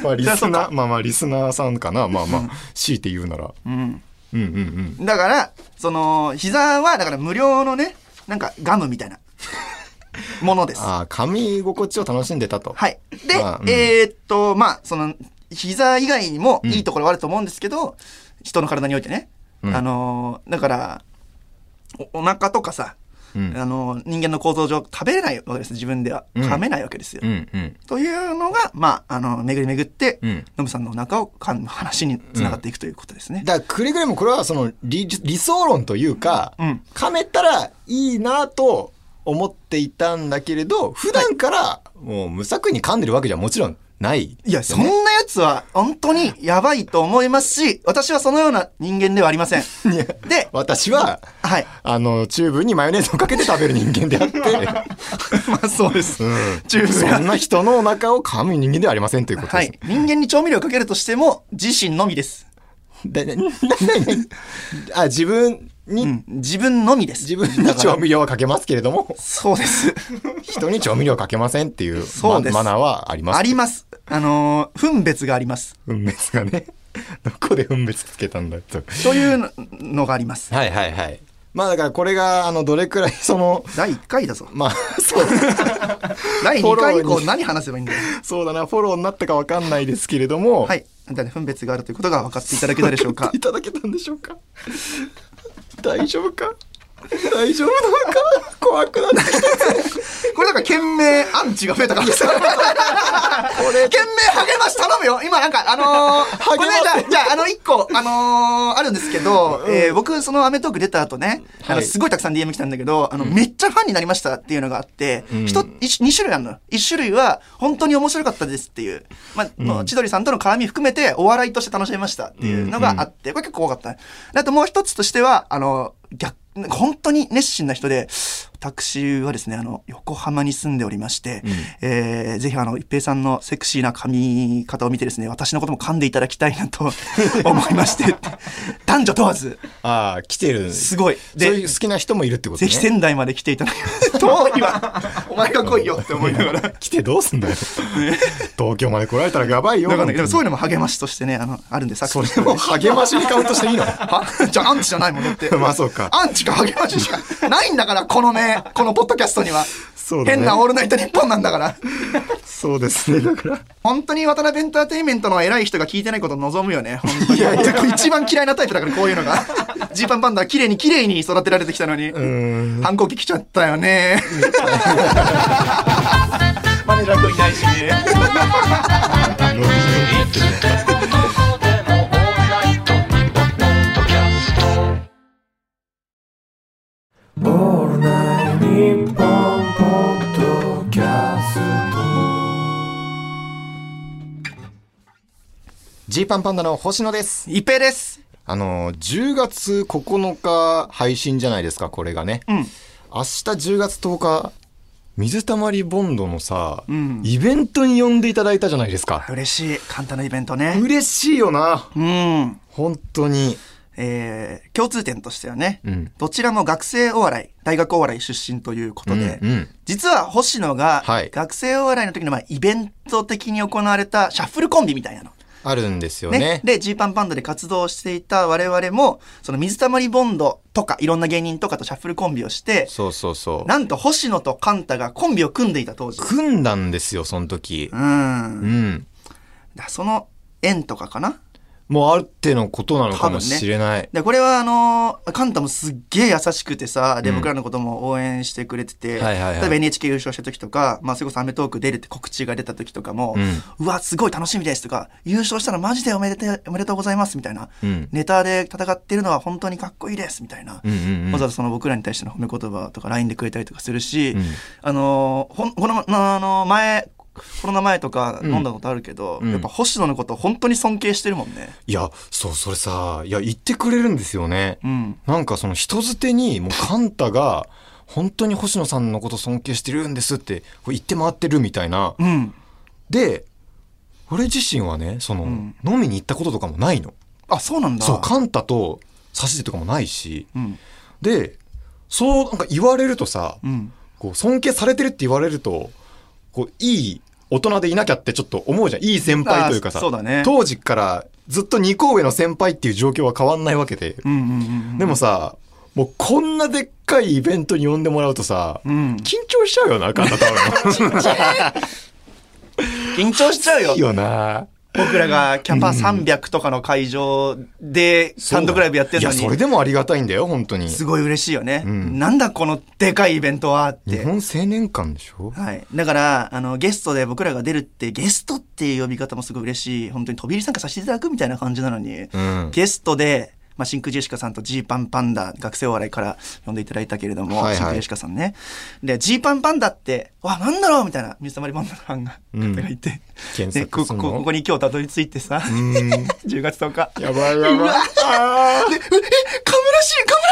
S2: まあリス
S3: じゃあそう
S2: ナ
S3: か
S2: ーまあまあリスナーさん かなまあまあ強いて言うなら、
S3: うん。
S2: うん、うんうん
S3: だから、その、膝は、だから無料のね、なんかガムみたいなものです。は
S2: ああ噛み心地を楽しんでたと
S3: い。で、
S2: あうん
S3: えーっと、まあ、その、膝以外にもいいところはあると思うんですけど、人の体においてね。
S2: うん
S3: あのーだから、おお腹とかさ、
S2: うん
S3: あのー人間の構造上食べれないわけです自分では
S2: うん
S3: 噛めないわけですよ、
S2: うんうん
S3: というのが、まあ、あの、巡り巡って、
S2: う
S3: ノ
S2: ん
S3: ブさんのお腹を噛む話につながっていくということですね。
S2: だからくれぐれもこれはその理理想論というか、
S3: うん
S2: 噛めたらいいなと思っていたんだけれど普段からもう無作為に噛んでるわけじゃもちろんない、
S3: いや、そんなやつは本当 にやばいと思いますし、私はそのような人間ではありません。で、
S2: 私は
S3: はい。
S2: あのチューブにマヨネーズをかけて食べる人間であ って、
S3: まあそうです。チューブが
S2: そんな人のお腹を噛む人間ではありませんということ
S3: は
S2: です
S3: い。。人間に調味料をかけるとしても、自身のみです。
S2: でなななあ自分に、
S3: うん。自分のみです。
S2: 自分に調味料はかけますけれども
S3: そうです。
S2: 人に調味料はかけませんっていう
S3: そ
S2: ま
S3: うです
S2: マナーはあります
S3: あります。あのー分別があります。
S2: 分別がね どこで分別つけたんだと
S3: というののがあり ます。
S2: はいはいはいまあだからこれがあのどれくらいその
S3: 第1回だぞ。
S2: まあ そう
S3: 第2回以
S2: フォロー
S3: 降
S2: に
S3: 何話せばいいんだよ。
S2: そうだなフォローになったかわかんないですけれども
S3: はい。なんかね分別があるということが分かっていただけたでしょうか
S2: い。ただけたんでしょうか大丈夫か大丈夫なのか怖くなってきた
S3: これなんか、懸命アンチが増えたからさ。これ、懸命励まし頼むよ。今なんか、あのー、
S2: 励
S3: こ
S2: ま
S3: れ
S2: す
S3: ね、じゃあ、じゃあ、あの、一個、あのー、あるんですけど、えー僕、そのアメトーク出た後ね、あ
S2: は
S3: の、
S2: い
S3: すごいたくさん DM 来たんだけど、あの、めっちゃファンになりましたっていうのがあって、一、一、二種類あるのよ。一種類は、本当に面白かったですっていう、まあ、千鳥さんとの絡み含めて、お笑いとして楽しめましたっていうのがあって、これ結構多かった。であともう一つとしては、あの、逆、本当に熱心な人で、私はですね、あの、横浜に住んでおりまして、えーぜひあの、一平さんのセクシーな髪型を見てですね、私のことも噛んでいただきたいな と思いまして、男女問わず、
S2: ああ来てる
S3: すごい。
S2: そういう
S3: で、
S2: 好きな人もいるってこと
S3: ぜ
S2: ね
S3: ひ仙台まで来ていただき遠いわ。お前が来いよって思いながら。
S2: 来てどうすんだよ東京まで来られたらやばいよ
S3: わかんないけど、そういうの
S2: う
S3: も励ましとしてね、あの、あるんで、さっき
S2: それも励ましにカウントしていいの
S3: は じゃあアンチじゃないもんだって。
S2: まあそうか
S3: アンチか励まししかないんだから、この名、このポッドキャストには。
S2: そうだね
S3: 変なオールナイト日本なんだから。
S2: そうですねだから
S3: 本当に渡辺エンターテインメントの偉い人が聞いてないことを望むよね。本当に。一番嫌いなタイプだから、こういうのが。ジーパンパンダは綺麗に綺麗に育てられてきたのに。反抗期来ちゃったよね。 マネージャー君いないしね。
S5: いつでもどこでもオールナイトニッポンポッドキャスト
S2: ジーパンパンダの星野です。
S3: 一平です。
S2: あの、10月9日配信じゃないですか、これがね。
S3: うん。
S2: 明日10月10日、水溜りボンドのさ、
S3: うん
S2: イベントに呼んでいただいたじゃないですか。
S3: 嬉しい。簡単なイベントね。
S2: 嬉しいよな。
S3: うん。
S2: 本当に。
S3: えー共通点としてはね、
S2: うん
S3: どちらも学生お笑い、大学お笑い出身ということで、
S2: うんうん
S3: 実は星野が
S2: はい
S3: 学生お笑いの時のまあイベント的に行われたシャッフルコンビみたいなの。
S2: あるんですよ
S3: ね
S2: ね。
S3: で、ジーパンバンドで活動していた我々も、その水溜りボンドとかいろんな芸人とかとシャッフルコンビをして、
S2: そうそうそう。
S3: なんと星野とカンタがコンビを組んでいた当時。
S2: 組んだんですよ、その時
S3: う。。
S2: うんん。
S3: だその縁とかかな
S2: もうあるってのことなのかもしれない。
S3: でこれはあのーカンタもすっげえ優しくてさで僕らのことも応援してくれてて、
S2: はいはいはい
S3: 例えば NHK 優勝した時とか、まあ、それこそ『アメトーーク』出るって告知が出た時とかも「うわすごい楽しみです」とか「優勝したらマジでおめでておめでとうございます」みたいな、
S2: うん
S3: ネタで戦ってるのは本当にかっこいいです」みたいな、
S2: うんうんうん
S3: わざわざその僕らに対しての褒め言葉とか LINE でくれたりとかするし、
S2: ん
S3: あのーほんこの、あのー前コロナ前とか飲んだことあるけど、
S2: ん
S3: やっぱ星野のこと本当に尊敬してるもんね。
S2: いや、そう、それさ、いや、言ってくれるんですよね。
S3: うん
S2: なんかその人づてに、もうカンタが、本当に星野さんのこと尊敬してるんですって、こう言って回ってるみたいな。
S3: うん
S2: で、俺自身はね、その、
S3: ん
S2: 飲みに行ったこととかもないの。
S3: あ、そうなんだ。
S2: そう、カンタと差し出とかもないし。
S3: うん。
S2: で、そうなんか言われるとさ、
S3: うん。
S2: こう尊敬されてるって言われると、こう、いい大人でいなきゃってちょっと思うじゃん。いい先輩というかさ、
S3: あそうだね
S2: 当時からずっと二個上の先輩っていう状況は変わんないわけで。
S3: うんうんうん。
S2: でもさ、もうこんなでっかいイベントに呼んでもらうとさ、
S3: うん。
S2: 緊張しちゃうよな、カンタ多分。
S3: 緊張しちゃうよ
S2: いい。よな。
S3: 僕らがキャパ300とかの会場で単独ライブやってるの
S2: いや、それ
S3: に。
S2: でもありがたいんだよ、本当に。
S3: すごい嬉しいよね。
S2: ん
S3: なんだこのでかいイベントはっ
S2: 日
S3: て。
S2: 本青年館でしょ
S3: はい。だから、あの、ゲストで僕らが出るって、ゲストっていう呼び方もすごい嬉しい。本当に飛び入り参加させていただくみたいな感じなのに、
S2: ん
S3: ゲストで、まあ、真空ジェシカさんとジーパンパンダ、学生お笑いから呼んでいただいたけれども、
S2: はいはい
S3: 真空ジェシカさんね。で、ジーパンパンダって、わ、なんだろうみたいな、水溜りボンドのファンが、
S2: うん
S3: 方がいて。
S2: 検
S3: ね、こ
S2: 索す
S3: こ
S2: るの、
S3: ここに今日たどり着いてさ、10月10日。
S2: やばいやばい。あー
S3: え、え、カムらしい、カム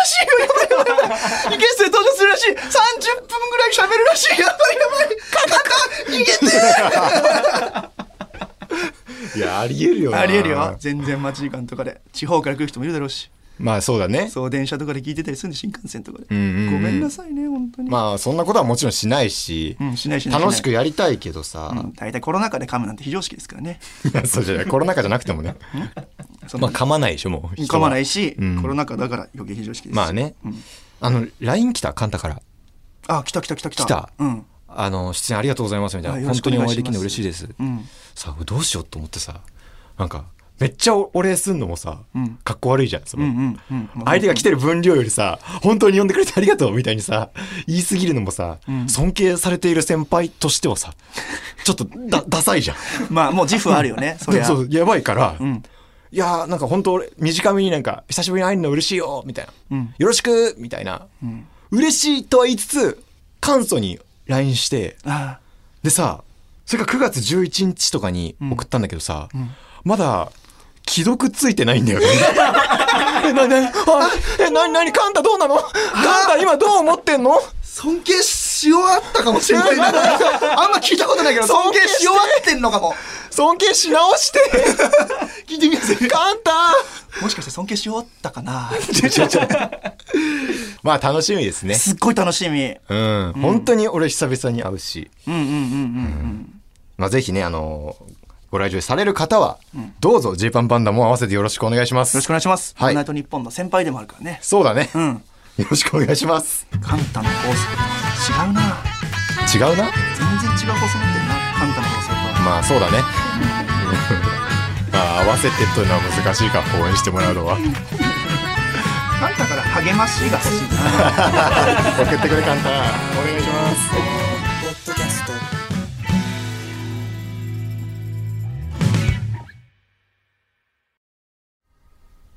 S3: らしいよ、やばいやばい。ゲストで登場するらしい。30分ぐらい喋るらしい。やばいやばい。肩、逃げて
S2: いや、ありえるよな。
S3: ありえるよ。全然待ち時間とかで。地方から来る人もいるだろうし。
S2: まあそうだね。
S3: そう、電車とかで聞いてたりするんで、新幹線とかで。
S2: うんうんうん
S3: ごめんなさいね、本当に。
S2: まあそんなことはもちろんしないし、
S3: うん、しないしない
S2: 楽しく
S3: や
S2: やりたいけどさ、
S3: 大体コロナ禍で噛むなんて非常識ですからね。
S2: いやそうじゃない、コロナ禍じゃなくてもね。
S3: そ
S2: まあ
S3: の
S2: 噛まないでしょ、もう。。
S3: 噛まないいし、
S2: うん
S3: コロナ禍だから余計非常識です。
S2: まあ。ね。あの、LINE 来た、カンタから。
S3: あ、来た来た来た来た。
S2: 来た
S3: うん。
S2: あの、出演ありがとうございますみた
S3: あ
S2: い
S3: よ
S2: な。
S3: ろ
S2: 本
S3: しく
S2: 当
S3: お
S2: にお
S3: 願い
S2: 会い
S3: し
S2: で
S3: ます
S2: きるの嬉しいです。
S3: うん。
S2: さあ、どうしようと思ってさ、なんか、めっちゃお礼すんのもさ
S3: ん、
S2: かっこ悪いじゃん。その
S3: うんうんうん。まあ
S2: 相手が来てる分量よりさ、本当に呼んでくれてありがとうみたいにさ、言いすぎるのもさ、尊敬されている先輩としてはさ、ちょっとだ、ダサいじゃん。
S3: まあもう自負あるよ ね、そりゃ。
S2: そう、やばいから、
S3: ん
S2: いやーなんか本当俺、短めになんか、久しぶりに会えるの嬉しいよみたいな、
S3: ん
S2: よろしくみたいな、嬉しいとは言いつつ、簡素に LINE して、
S3: あ
S2: でさ、それが9月11日とかに送ったんだけどさ、まだ、既読ついてないんだよね。 え、な、な、あ、え、な、なに、カンタどうなのカンタ今どう思ってんの
S3: 尊敬し終わったかもしれ ないな。あんま聞いたことないけど、尊敬し終わってんのかも。
S2: 尊敬し直して
S3: 聞いてみます。
S2: カンタ
S3: もしかして尊敬し終わったか な
S2: まあ楽しみですね。
S3: すっごい楽しみ。
S2: うん。本当に俺久々に会うし。
S3: うんうんうん
S2: まあ、ぜひね、あのご来場される方は、どうぞジーパンパンダも合わせてよろしくお願いします。
S3: よろしくお願いします。
S2: は
S3: オー
S2: い
S3: ルナイト日本の先輩でもあるからね。
S2: そうだね。
S3: うん。
S2: よろしくお願いします。
S3: カンタの放送違うな。
S2: 違うな
S3: 全然違う放送になってるな。カンタの放送とは。
S2: まあ、そうだね。まあ、合わせてというのは難しいか、応援してもらうのは。
S3: カンタから励ましが欲しいな。
S2: 送ってくれ、簡単。お願いします。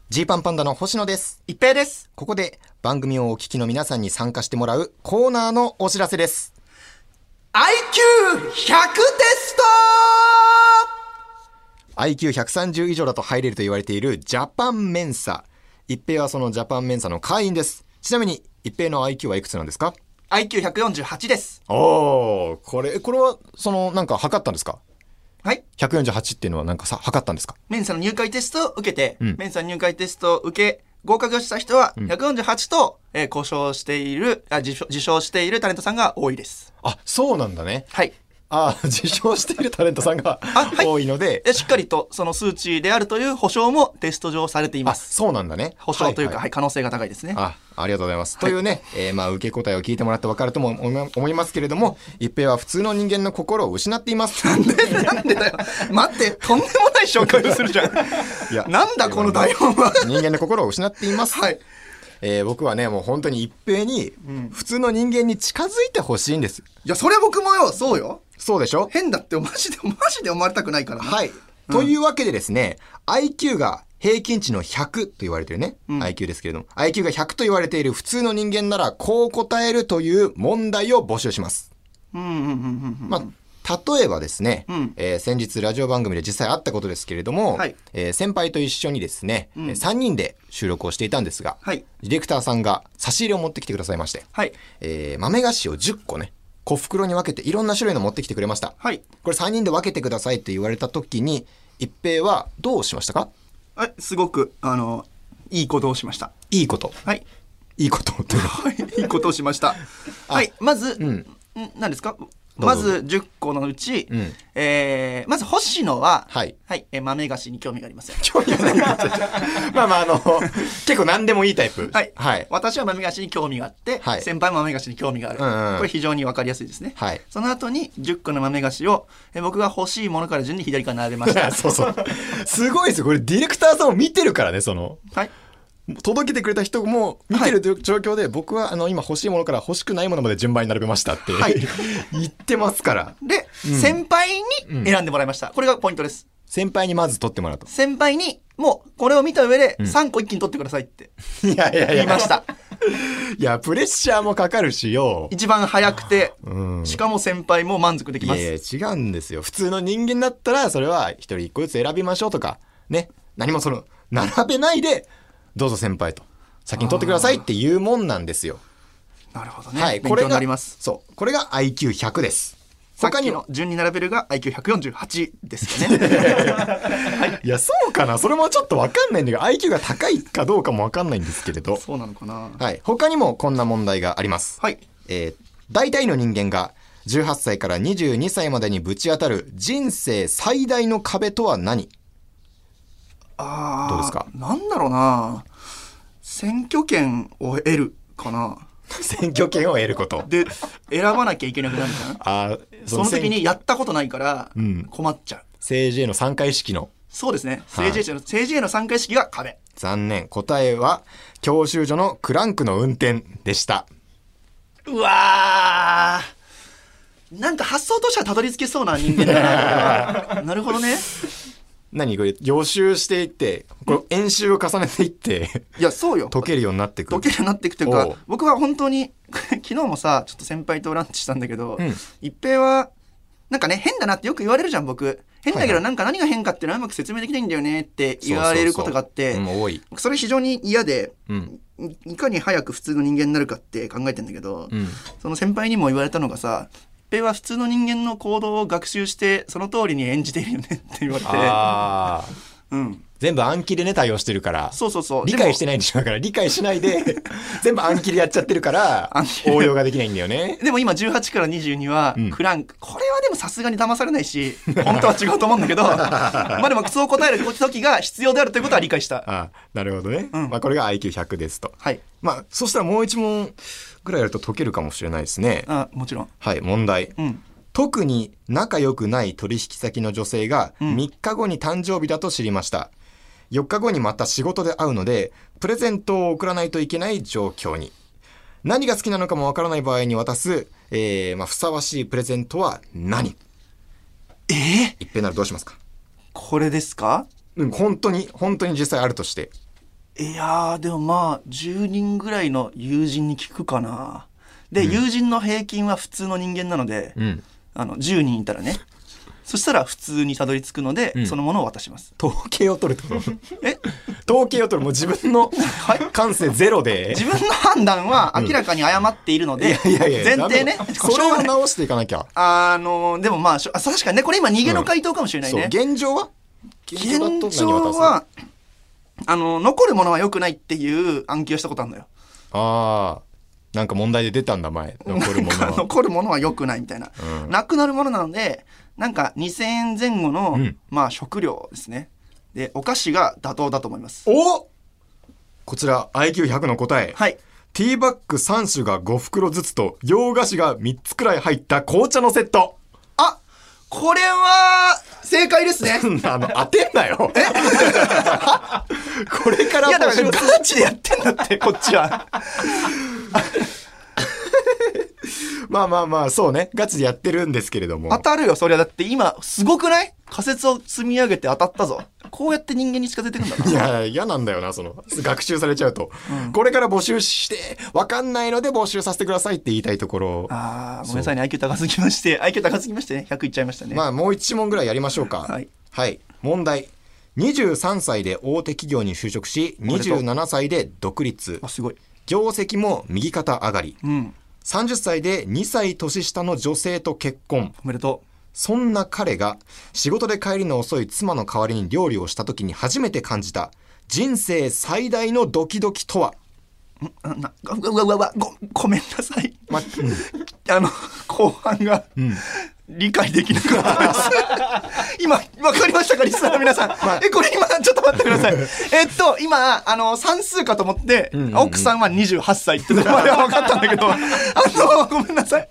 S2: ジーパンパンダの星野です。
S3: 一平です。
S2: ここで番組をお聞きの皆さんに参加してもらうコーナーのお知らせです。
S3: IQ100 テスト
S2: IQ100 IQ130 以上だと入れると言われているジャパンメンサ。一平はそのジャパンメンサの会員です。ちなみに、一平の IQ はいくつなんですか
S3: IQ148 です。
S2: おー、これ、これは、その、なんか測ったんですか
S3: はい。
S2: ?148 っていうのはなんかさ、測ったんですか
S3: メンサの入会テストを受けて、
S2: うん
S3: メンサの入会テストを受け、合格をした人は148と、えー交渉しているあ受賞、受賞しているタレントさんが多いです。
S2: あ、そうなんだね。
S3: はい。
S2: あー、受賞しているタレントさんが
S3: はい
S2: 多いので、
S3: でしっかりとその数値であるという保証もテスト上されていま
S2: あ、
S3: す。
S2: そうなんだね。
S3: 保証というか、はい
S2: は
S3: 可能性が高いですね。
S2: あありがとうございます。というね、えーまあ、受け答えを聞いてもらって分かるとも思い思いますけれども、一平は普通の人間の心を失っています。
S3: なん でだよ。待って、とんでもない紹介をするじゃ ん。
S2: いや
S3: なんだこの台本は。
S2: 人間の心を失っています。
S3: はい。
S2: えー僕はね、もう本当に一平に、普通の人間に近づいてほしいんです。
S3: いや、それ僕もよ、そうよ。
S2: そうでしょ
S3: 変だって、マジで、 マジで思われたくないからな。
S2: はい。というわけでですね、IQ が平均値の100と言われてるね、IQ ですけれども、IQ が100と言われている普通の人間なら、こう答えるという問題を募集します。
S3: うんうんうんうん
S2: まあ、例えばですね、
S3: ん
S2: えー先日ラジオ番組で実際あったことですけれども、
S3: はい
S2: えー先輩と一緒にですね、えー3人で収録をしていたんですが、
S3: はい
S2: ディレクターさんが差し入れを持ってきてくださいまして、
S3: はい。
S2: えー豆菓子を10個ね小袋に分けていろんな種類の持ってきてくれました、
S3: はい
S2: これ3人で分けてくださいと言われた時に一平はどうしましたか
S3: あすごく、あの、いいことをしました。
S2: いいこと
S3: はい。
S2: いいことっていうのは
S3: はい、 いいことをしました。はい、まず、
S2: ん
S3: ん、何ですか
S2: ぞ
S3: まず10個のうち、
S2: うん
S3: えーまず星野は、
S2: はい
S3: えー豆菓子に興味がありません。
S2: 興味がない まあまああの結構何でもいいタイプ
S3: はい、
S2: はい、
S3: 私は豆菓子に興味があって、
S2: はい
S3: 先輩も豆菓子に興味がある、
S2: うんうん
S3: これ非常に分かりやすいですね、
S2: はい
S3: その後に10個の豆菓子を、えー僕が欲しいものから順に左から並べまし た
S2: そうそうすごいですよこれディレクターさんを見てるからねその
S3: はい
S2: 届けてくれた人も見てる状況で、僕はあの今欲しいものから欲しくないものまで順番に並べましたって、
S3: はい
S2: 言ってますから
S3: で、先輩に選んでもらいました、これがポイントです
S2: 先輩にまず取ってもらうと
S3: 先輩にもうこれを見た上で3個一気に取ってくださいって
S2: いやいやい
S3: 言いま した
S2: いや、プレッシャーもかかるしよ。
S3: 一番早くて、
S2: うん
S3: しかも先輩も満足でき
S2: い
S3: ま
S2: や
S3: す。
S2: いや、違うんですよ。普通の人間だったら、それは一人一個ずつ選びましょうとか、ね。何もその、並べないで、どうぞ先輩と。先に取ってくださいっていうもんなんですよ。
S3: なるほどね。
S2: はい、
S3: 勉
S2: これ
S3: 強に
S2: が
S3: なります。。
S2: そう。これが IQ100 です。
S3: さっ
S2: 他
S3: き
S2: にも
S3: の。順に並べるが IQ148 ですよね。
S2: いや、そうかな。それもちょっとわかんないんだけど、IQ が高いかどうかもわかんないんですけれど。
S3: そうなのかな。
S2: はい。他にもこんな問題があります。
S3: はい。
S2: えー大体の人間が18歳から22歳までにぶち当たる人生最大の壁とは何
S3: ああ。
S2: どうですか
S3: なんだろうな。選挙権を得るかな。
S2: 選挙権を得ること。
S3: で、選ばなきゃいけなくなるじ ゃん。
S2: あー
S3: その時に
S2: 選
S3: やったことないから
S2: ん
S3: 困っちゃう。
S2: 政治への参加意識の
S3: そうですね。
S2: はい
S3: 政治への、政治への参加意識が壁。
S2: 残念。答えは、教習所のクランクの運転でした。
S3: うわー。なんか発想としてはたどり着けそうな人間だな。 なるほどね。
S2: 何これ、予習していって、これ演習を重ねていって、
S3: いや、そうよ。
S2: 解けるようになってくる。
S3: 溶けるようになっていくというか
S2: おう
S3: 僕は本当に 昨日もさちょっと先輩とランチしたんだけど、
S2: ん
S3: 一平はなんかね変だなってよく言われるじゃん僕変だけど、
S2: はいは
S3: なんか何が変かっていうのはうまく説明できないんだよねって
S2: そうそうそう
S3: 言われることがあって
S2: うん多い。
S3: 僕それ非常に嫌で、
S2: うん。
S3: いいかに早く普通の人間になるかって考えてんだけど、
S2: うん。
S3: その先輩にも言われたのがさ一平は普通の人間の行動を学習してその通りに演じているよねって言われて、
S2: ああ。
S3: うん、
S2: 全部暗記でね、対応してるから。
S3: そうそうそう
S2: 理解しててないんでしょだから理解しないで 全部暗記でやっちゃってるから
S3: 暗記
S2: 応用ができないんだよね。
S3: でも今18から22は
S2: ん
S3: クランク、これはでもさすがに騙されないし本当は違うと思うん だけどまあでもそう答える時が必要であるということは理解した
S2: あなるほどね。
S3: ん
S2: まあこれが IQ100 ですと。
S3: はい
S2: まあそしたらもう一問ぐらいやると解けるかもしれないですね。
S3: あもちろん
S2: はい、問題。
S3: うん
S2: 特に仲良くない取引先の女性が3日後に誕生日だと知りました。4日後にまた仕事で会うので、プレゼントを送らないといけない状況に。何が好きなのかもわからない場合に渡す、えー、まあ、ふさわしいプレゼントは何
S3: えー、
S2: 一平ならどうしますか
S3: これですか
S2: うん、本当に、本当に実際あるとして。
S3: いやーでもまあ10人ぐらいの友人に聞くかなで、友人の平均は普通の人間なので、
S2: ん。
S3: あの10人いたらねそしたら普通にたどり着くので、
S2: うん
S3: そのものを渡します。
S2: 統計を取るってこと
S3: え
S2: 統計を取るもう自分の感性ゼロで
S3: 自分の判断は明らかに誤っているので、
S2: いやいやいや
S3: 前提ね
S2: ダメだ、
S3: 故
S2: それ
S3: 障は
S2: を
S3: ね
S2: 直していかなきゃ、
S3: あのでもまあしょあ確かにねこれ今逃げの回答かもしれない
S2: そう
S3: ね、
S2: 現状は現だと
S3: 現
S2: 何渡
S3: 状
S2: す
S3: はあの残るものは良くないっていう暗記をしたことあるのよ
S2: ああなんか問題で出たんだ前残るも
S3: な
S2: の
S3: んか
S2: は
S3: 残るものは良くないみたいな、
S2: うん
S3: なくなるものなのでなんか2000円前後の、
S2: うん
S3: まあ食料ですねでお菓子が妥当だと思います
S2: おこちら IQ100 の答え、
S3: はい
S2: ティーバッグ3種が5袋ずつと洋菓子が3つくらい入った紅茶のセット
S3: あこれは正解ですね
S2: あの当てんなよ これから
S3: いやだから
S2: 募集
S3: ガチでやってんだって こっちは
S2: まあまあまあそうねガチでやってるんですけれども
S3: 当たるよそりゃだって今すごくない仮説を積み上げて当たったぞこうやって人間に近づいてくんだない
S2: や、嫌なんだよな、その、学習されちゃうと。これから募集して、わかんないので募集させてくださいって言いたいところ。
S3: ああ、ごめんなさいね、IQ 高すぎまして、IQ 高すぎましてね、100いっちゃいましたね。
S2: まあ、もう一問ぐらいやりましょうか。
S3: はい。
S2: 問題。23歳で大手企業に就職し、
S3: めでとう
S2: 27歳で独立
S3: あ、。すごい。
S2: 業績も右肩上がり。
S3: うん、
S2: 30歳で2歳年下の女性と結婚。
S3: おめでと
S2: そんな彼が仕事で帰りの遅い妻の代わりに料理をした時に初めて感じた人生最大のドキドキとは
S3: う。んあなうわうわうわうわご、ごめんなさい。
S2: ま、
S3: あの、後半が、理解できなかったです。今、わかりましたか、リスナーの皆さん。え、これ今、ちょっと待ってくださ い。えっと、今、あの、算数かと思って、
S2: んうんうん
S3: 奥さんは28歳ってとこまでは分かったんだけ ど、あの、ごめんなさい。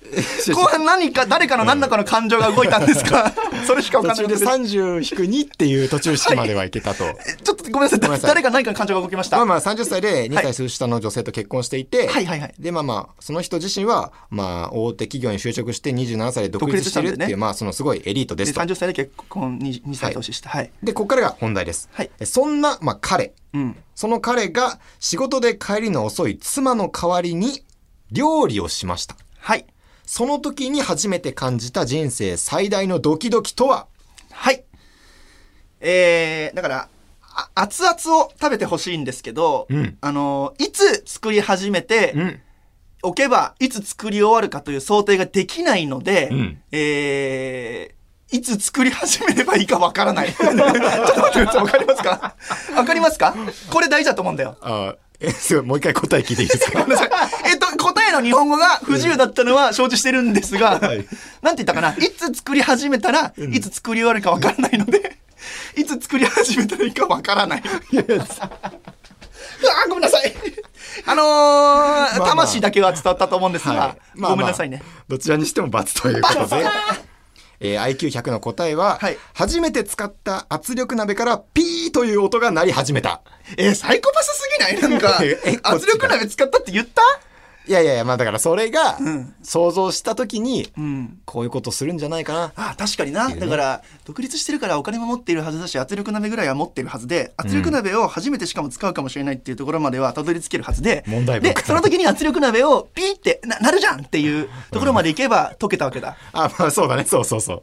S3: 後半何か、誰かの何らかの感情が動いたんです かそれしか分
S2: 途
S3: かんな
S2: 中
S3: い
S2: で30-2っていう途中式まではいけたと。
S3: ちょっとごめんなさい。
S2: ごめんなさい
S3: 誰か何かの感情が動きました。
S2: まあまあ30歳で2
S3: はい
S2: 歳下の女性と結婚していて、
S3: はいはいはい
S2: でまあまあその人自身はまあ大手企業に就職して27歳で独立
S3: 独立
S2: してるって
S3: したん
S2: いう、
S3: でね
S2: まあそのすごいエリートで
S3: です
S2: と。
S3: 30歳で結婚に2歳年下。はい。
S2: でここからが本題です。
S3: はい
S2: そんな、まあ、彼
S3: うん。
S2: その彼が仕事で帰りの遅い妻の代わりに料理をしました。
S3: はい。
S2: その時に初めて感じた人生最大のドキドキとは
S3: はい。えー、だから、あ熱々を食べてほしいんですけど、
S2: うん
S3: あのー、いつ作り始めておけば、いつ作り終わるかという想定ができないので、
S2: うん
S3: えー、いつ作り始めればいいかわからない。ちょ っと待ってください。わかりますかわかりますかこれ大事だと思うんだよ。
S2: あえすごいもう一回答え聞いていいです か
S3: えっと、答えの日本語が不自由だったのは承知してるんですが、
S2: はい
S3: なんて言ったかな、いつ作り始めたら、いつ作り終わるかわからないので、 いつ作り始めたらいいかわからない。 うわーごめんなさい。あのー
S2: まあ
S3: 魂だけは伝わったと思うんですが、
S2: はいまあまあ
S3: ごめんなさいね。
S2: どちらにしても罰ということで、えー、IQ100 の答えは、
S3: はい
S2: 初めて使った圧力鍋からピーという音が鳴り始めた
S3: えーサイコパスすぎないなんか
S2: えこっち、が
S3: 圧力鍋使ったって言った
S2: いやいやいやまあだからそれが
S3: うん
S2: 想像した時に、
S3: うん。
S2: こういうことするんじゃないかな
S3: ああ確かにな、
S2: うね
S3: だから独立してるからお金も持っているはずだし圧力鍋ぐらいは持ってるはずで圧力鍋を初めてしかも使うかもしれないっていうところまではたどり着けるはずで、
S2: 問題文
S3: で
S2: から
S3: その時に圧力鍋をピーってななるじゃんっていうところまでいけば解けたわけだ
S2: あまあそうだねそうそうそう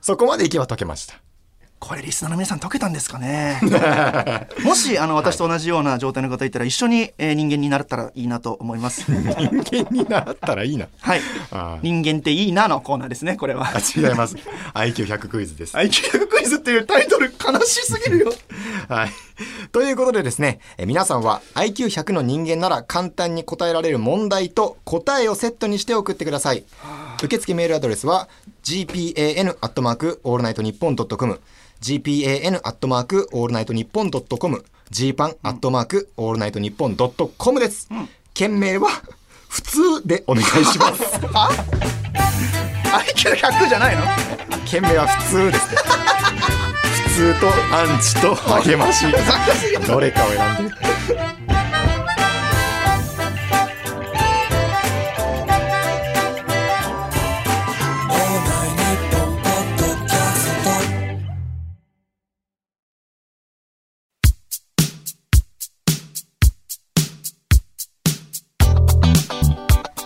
S2: そこまでいけば解けました
S3: これリスナーの皆さん解けたんですか ねもしあの私と同じような状態の方いたら一緒に、えー人間になったらいいなと思います
S2: 人間になったらいいな
S3: はい
S2: あー
S3: 人間っていいなのコーナーですねこれは
S2: あ違います IQ100 クイズですはい、
S3: IQ クイズっていうタイトル悲しすぎる よ
S2: ということでですねえ皆さんは IQ100 の人間なら簡単に答えられる問題と答えをセットにして送ってください受付メールアドレスは gpan アットマークオールナイトニッポンドットコム gpan アットマークオールナイトニッポンドットコム g パンアットマークオールナイトニッポンドットコムです、件名は 普通でお願いします
S3: IQ100 じゃないの
S2: 件名は普通ですね普通とアンチと励ま しどれかを選んで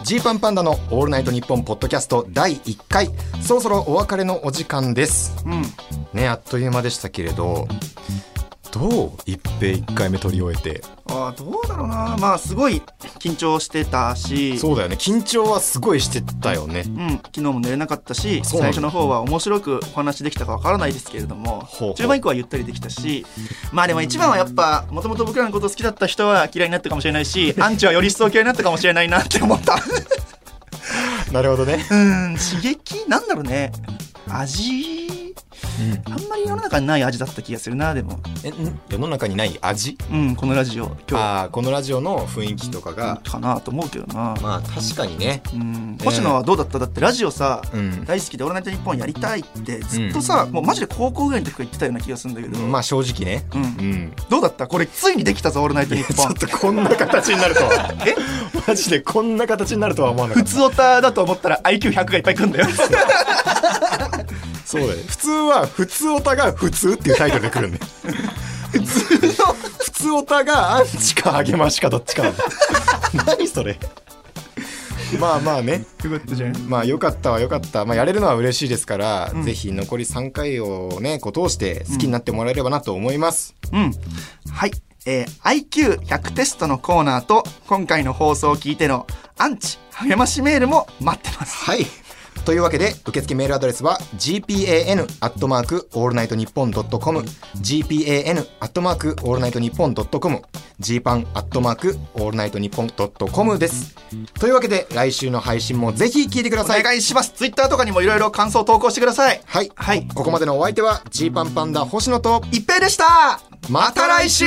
S2: ジーパンパンダのオールナイトニッポンポッドキャスト第1回、そろそろお別れのお時間です。
S3: うん
S2: ね、あっという間でしたけれど、どう一平1回目取り終えて。
S3: あーどうだろうなまあすごい緊張してたし
S2: そうだよね、緊張はすごいしてたよね。
S3: うん、昨日も寝れなかったし
S2: そ
S3: 最
S2: うなんだ
S3: 初の方は面白くお話できたかわからないですけれども
S2: ほうほう
S3: 中盤以降はゆったりできたしまあでも一番はやっぱもともと僕らのこと好きだった人は嫌いになったかもしれない しアンチはより一層嫌いになったかもしれないなって思った
S2: なるほどね。
S3: うん刺激なんだろうね味あんまり世の中にない味だった気がするなでも
S2: えん世の中にない味
S3: うんこのラジオ今
S2: あーこのラジオの雰囲気とかが、
S3: 日かなと思うけどな、
S2: まあ確かにね、
S3: うん、星野はどうだっただってラジオさ
S2: うん、
S3: 大好きで「オールナイトニッポン」やりたいってずっとさ、もうマジで高校ぐらいの時から言ってたような気がするんだけど、
S2: まあ正直ね。
S3: うん
S2: うん、
S3: どうだったこれついにできたぞ「オールナイトニッ
S2: ち
S3: ポ
S2: ょっ
S3: ン
S2: とこんな形になるとは」
S3: え
S2: マジでこんな形になるとは思わなか
S3: 普
S2: った
S3: 通オタだと思ったら IQ100 がいっぱい来るんだよ
S2: そうだね普通は普通オタが普通っていうタイトルで来るんだよ普通オタがアンチか励ましかどっちかなんだ何それまあまあね
S3: よかったじゃん
S2: まあよかったはよかった、まあ、やれるのは嬉しいですから、ぜひ残り3回をねこう通して好きになってもらえればなと思います、
S3: うんはいえー、IQ100 テストのコーナーと今回の放送を聞いてのアンチ励ましメールも待ってます
S2: はいというわけで受付メールアドレスは gpan アットマークオールナイトニッポンドットコム gpan アットマークオールナイトニッポンドットコム gpan アットマークオールナイトニッポンドットコムですというわけで来週の配信もぜひ聞いてくだ
S3: お
S2: さい
S3: 願いしますツイッターとかにもいろいろ感想投稿してください
S2: はい
S3: はい
S2: ここまでのお相手はジーパンパンダ星野と
S3: 一平でしたまた来週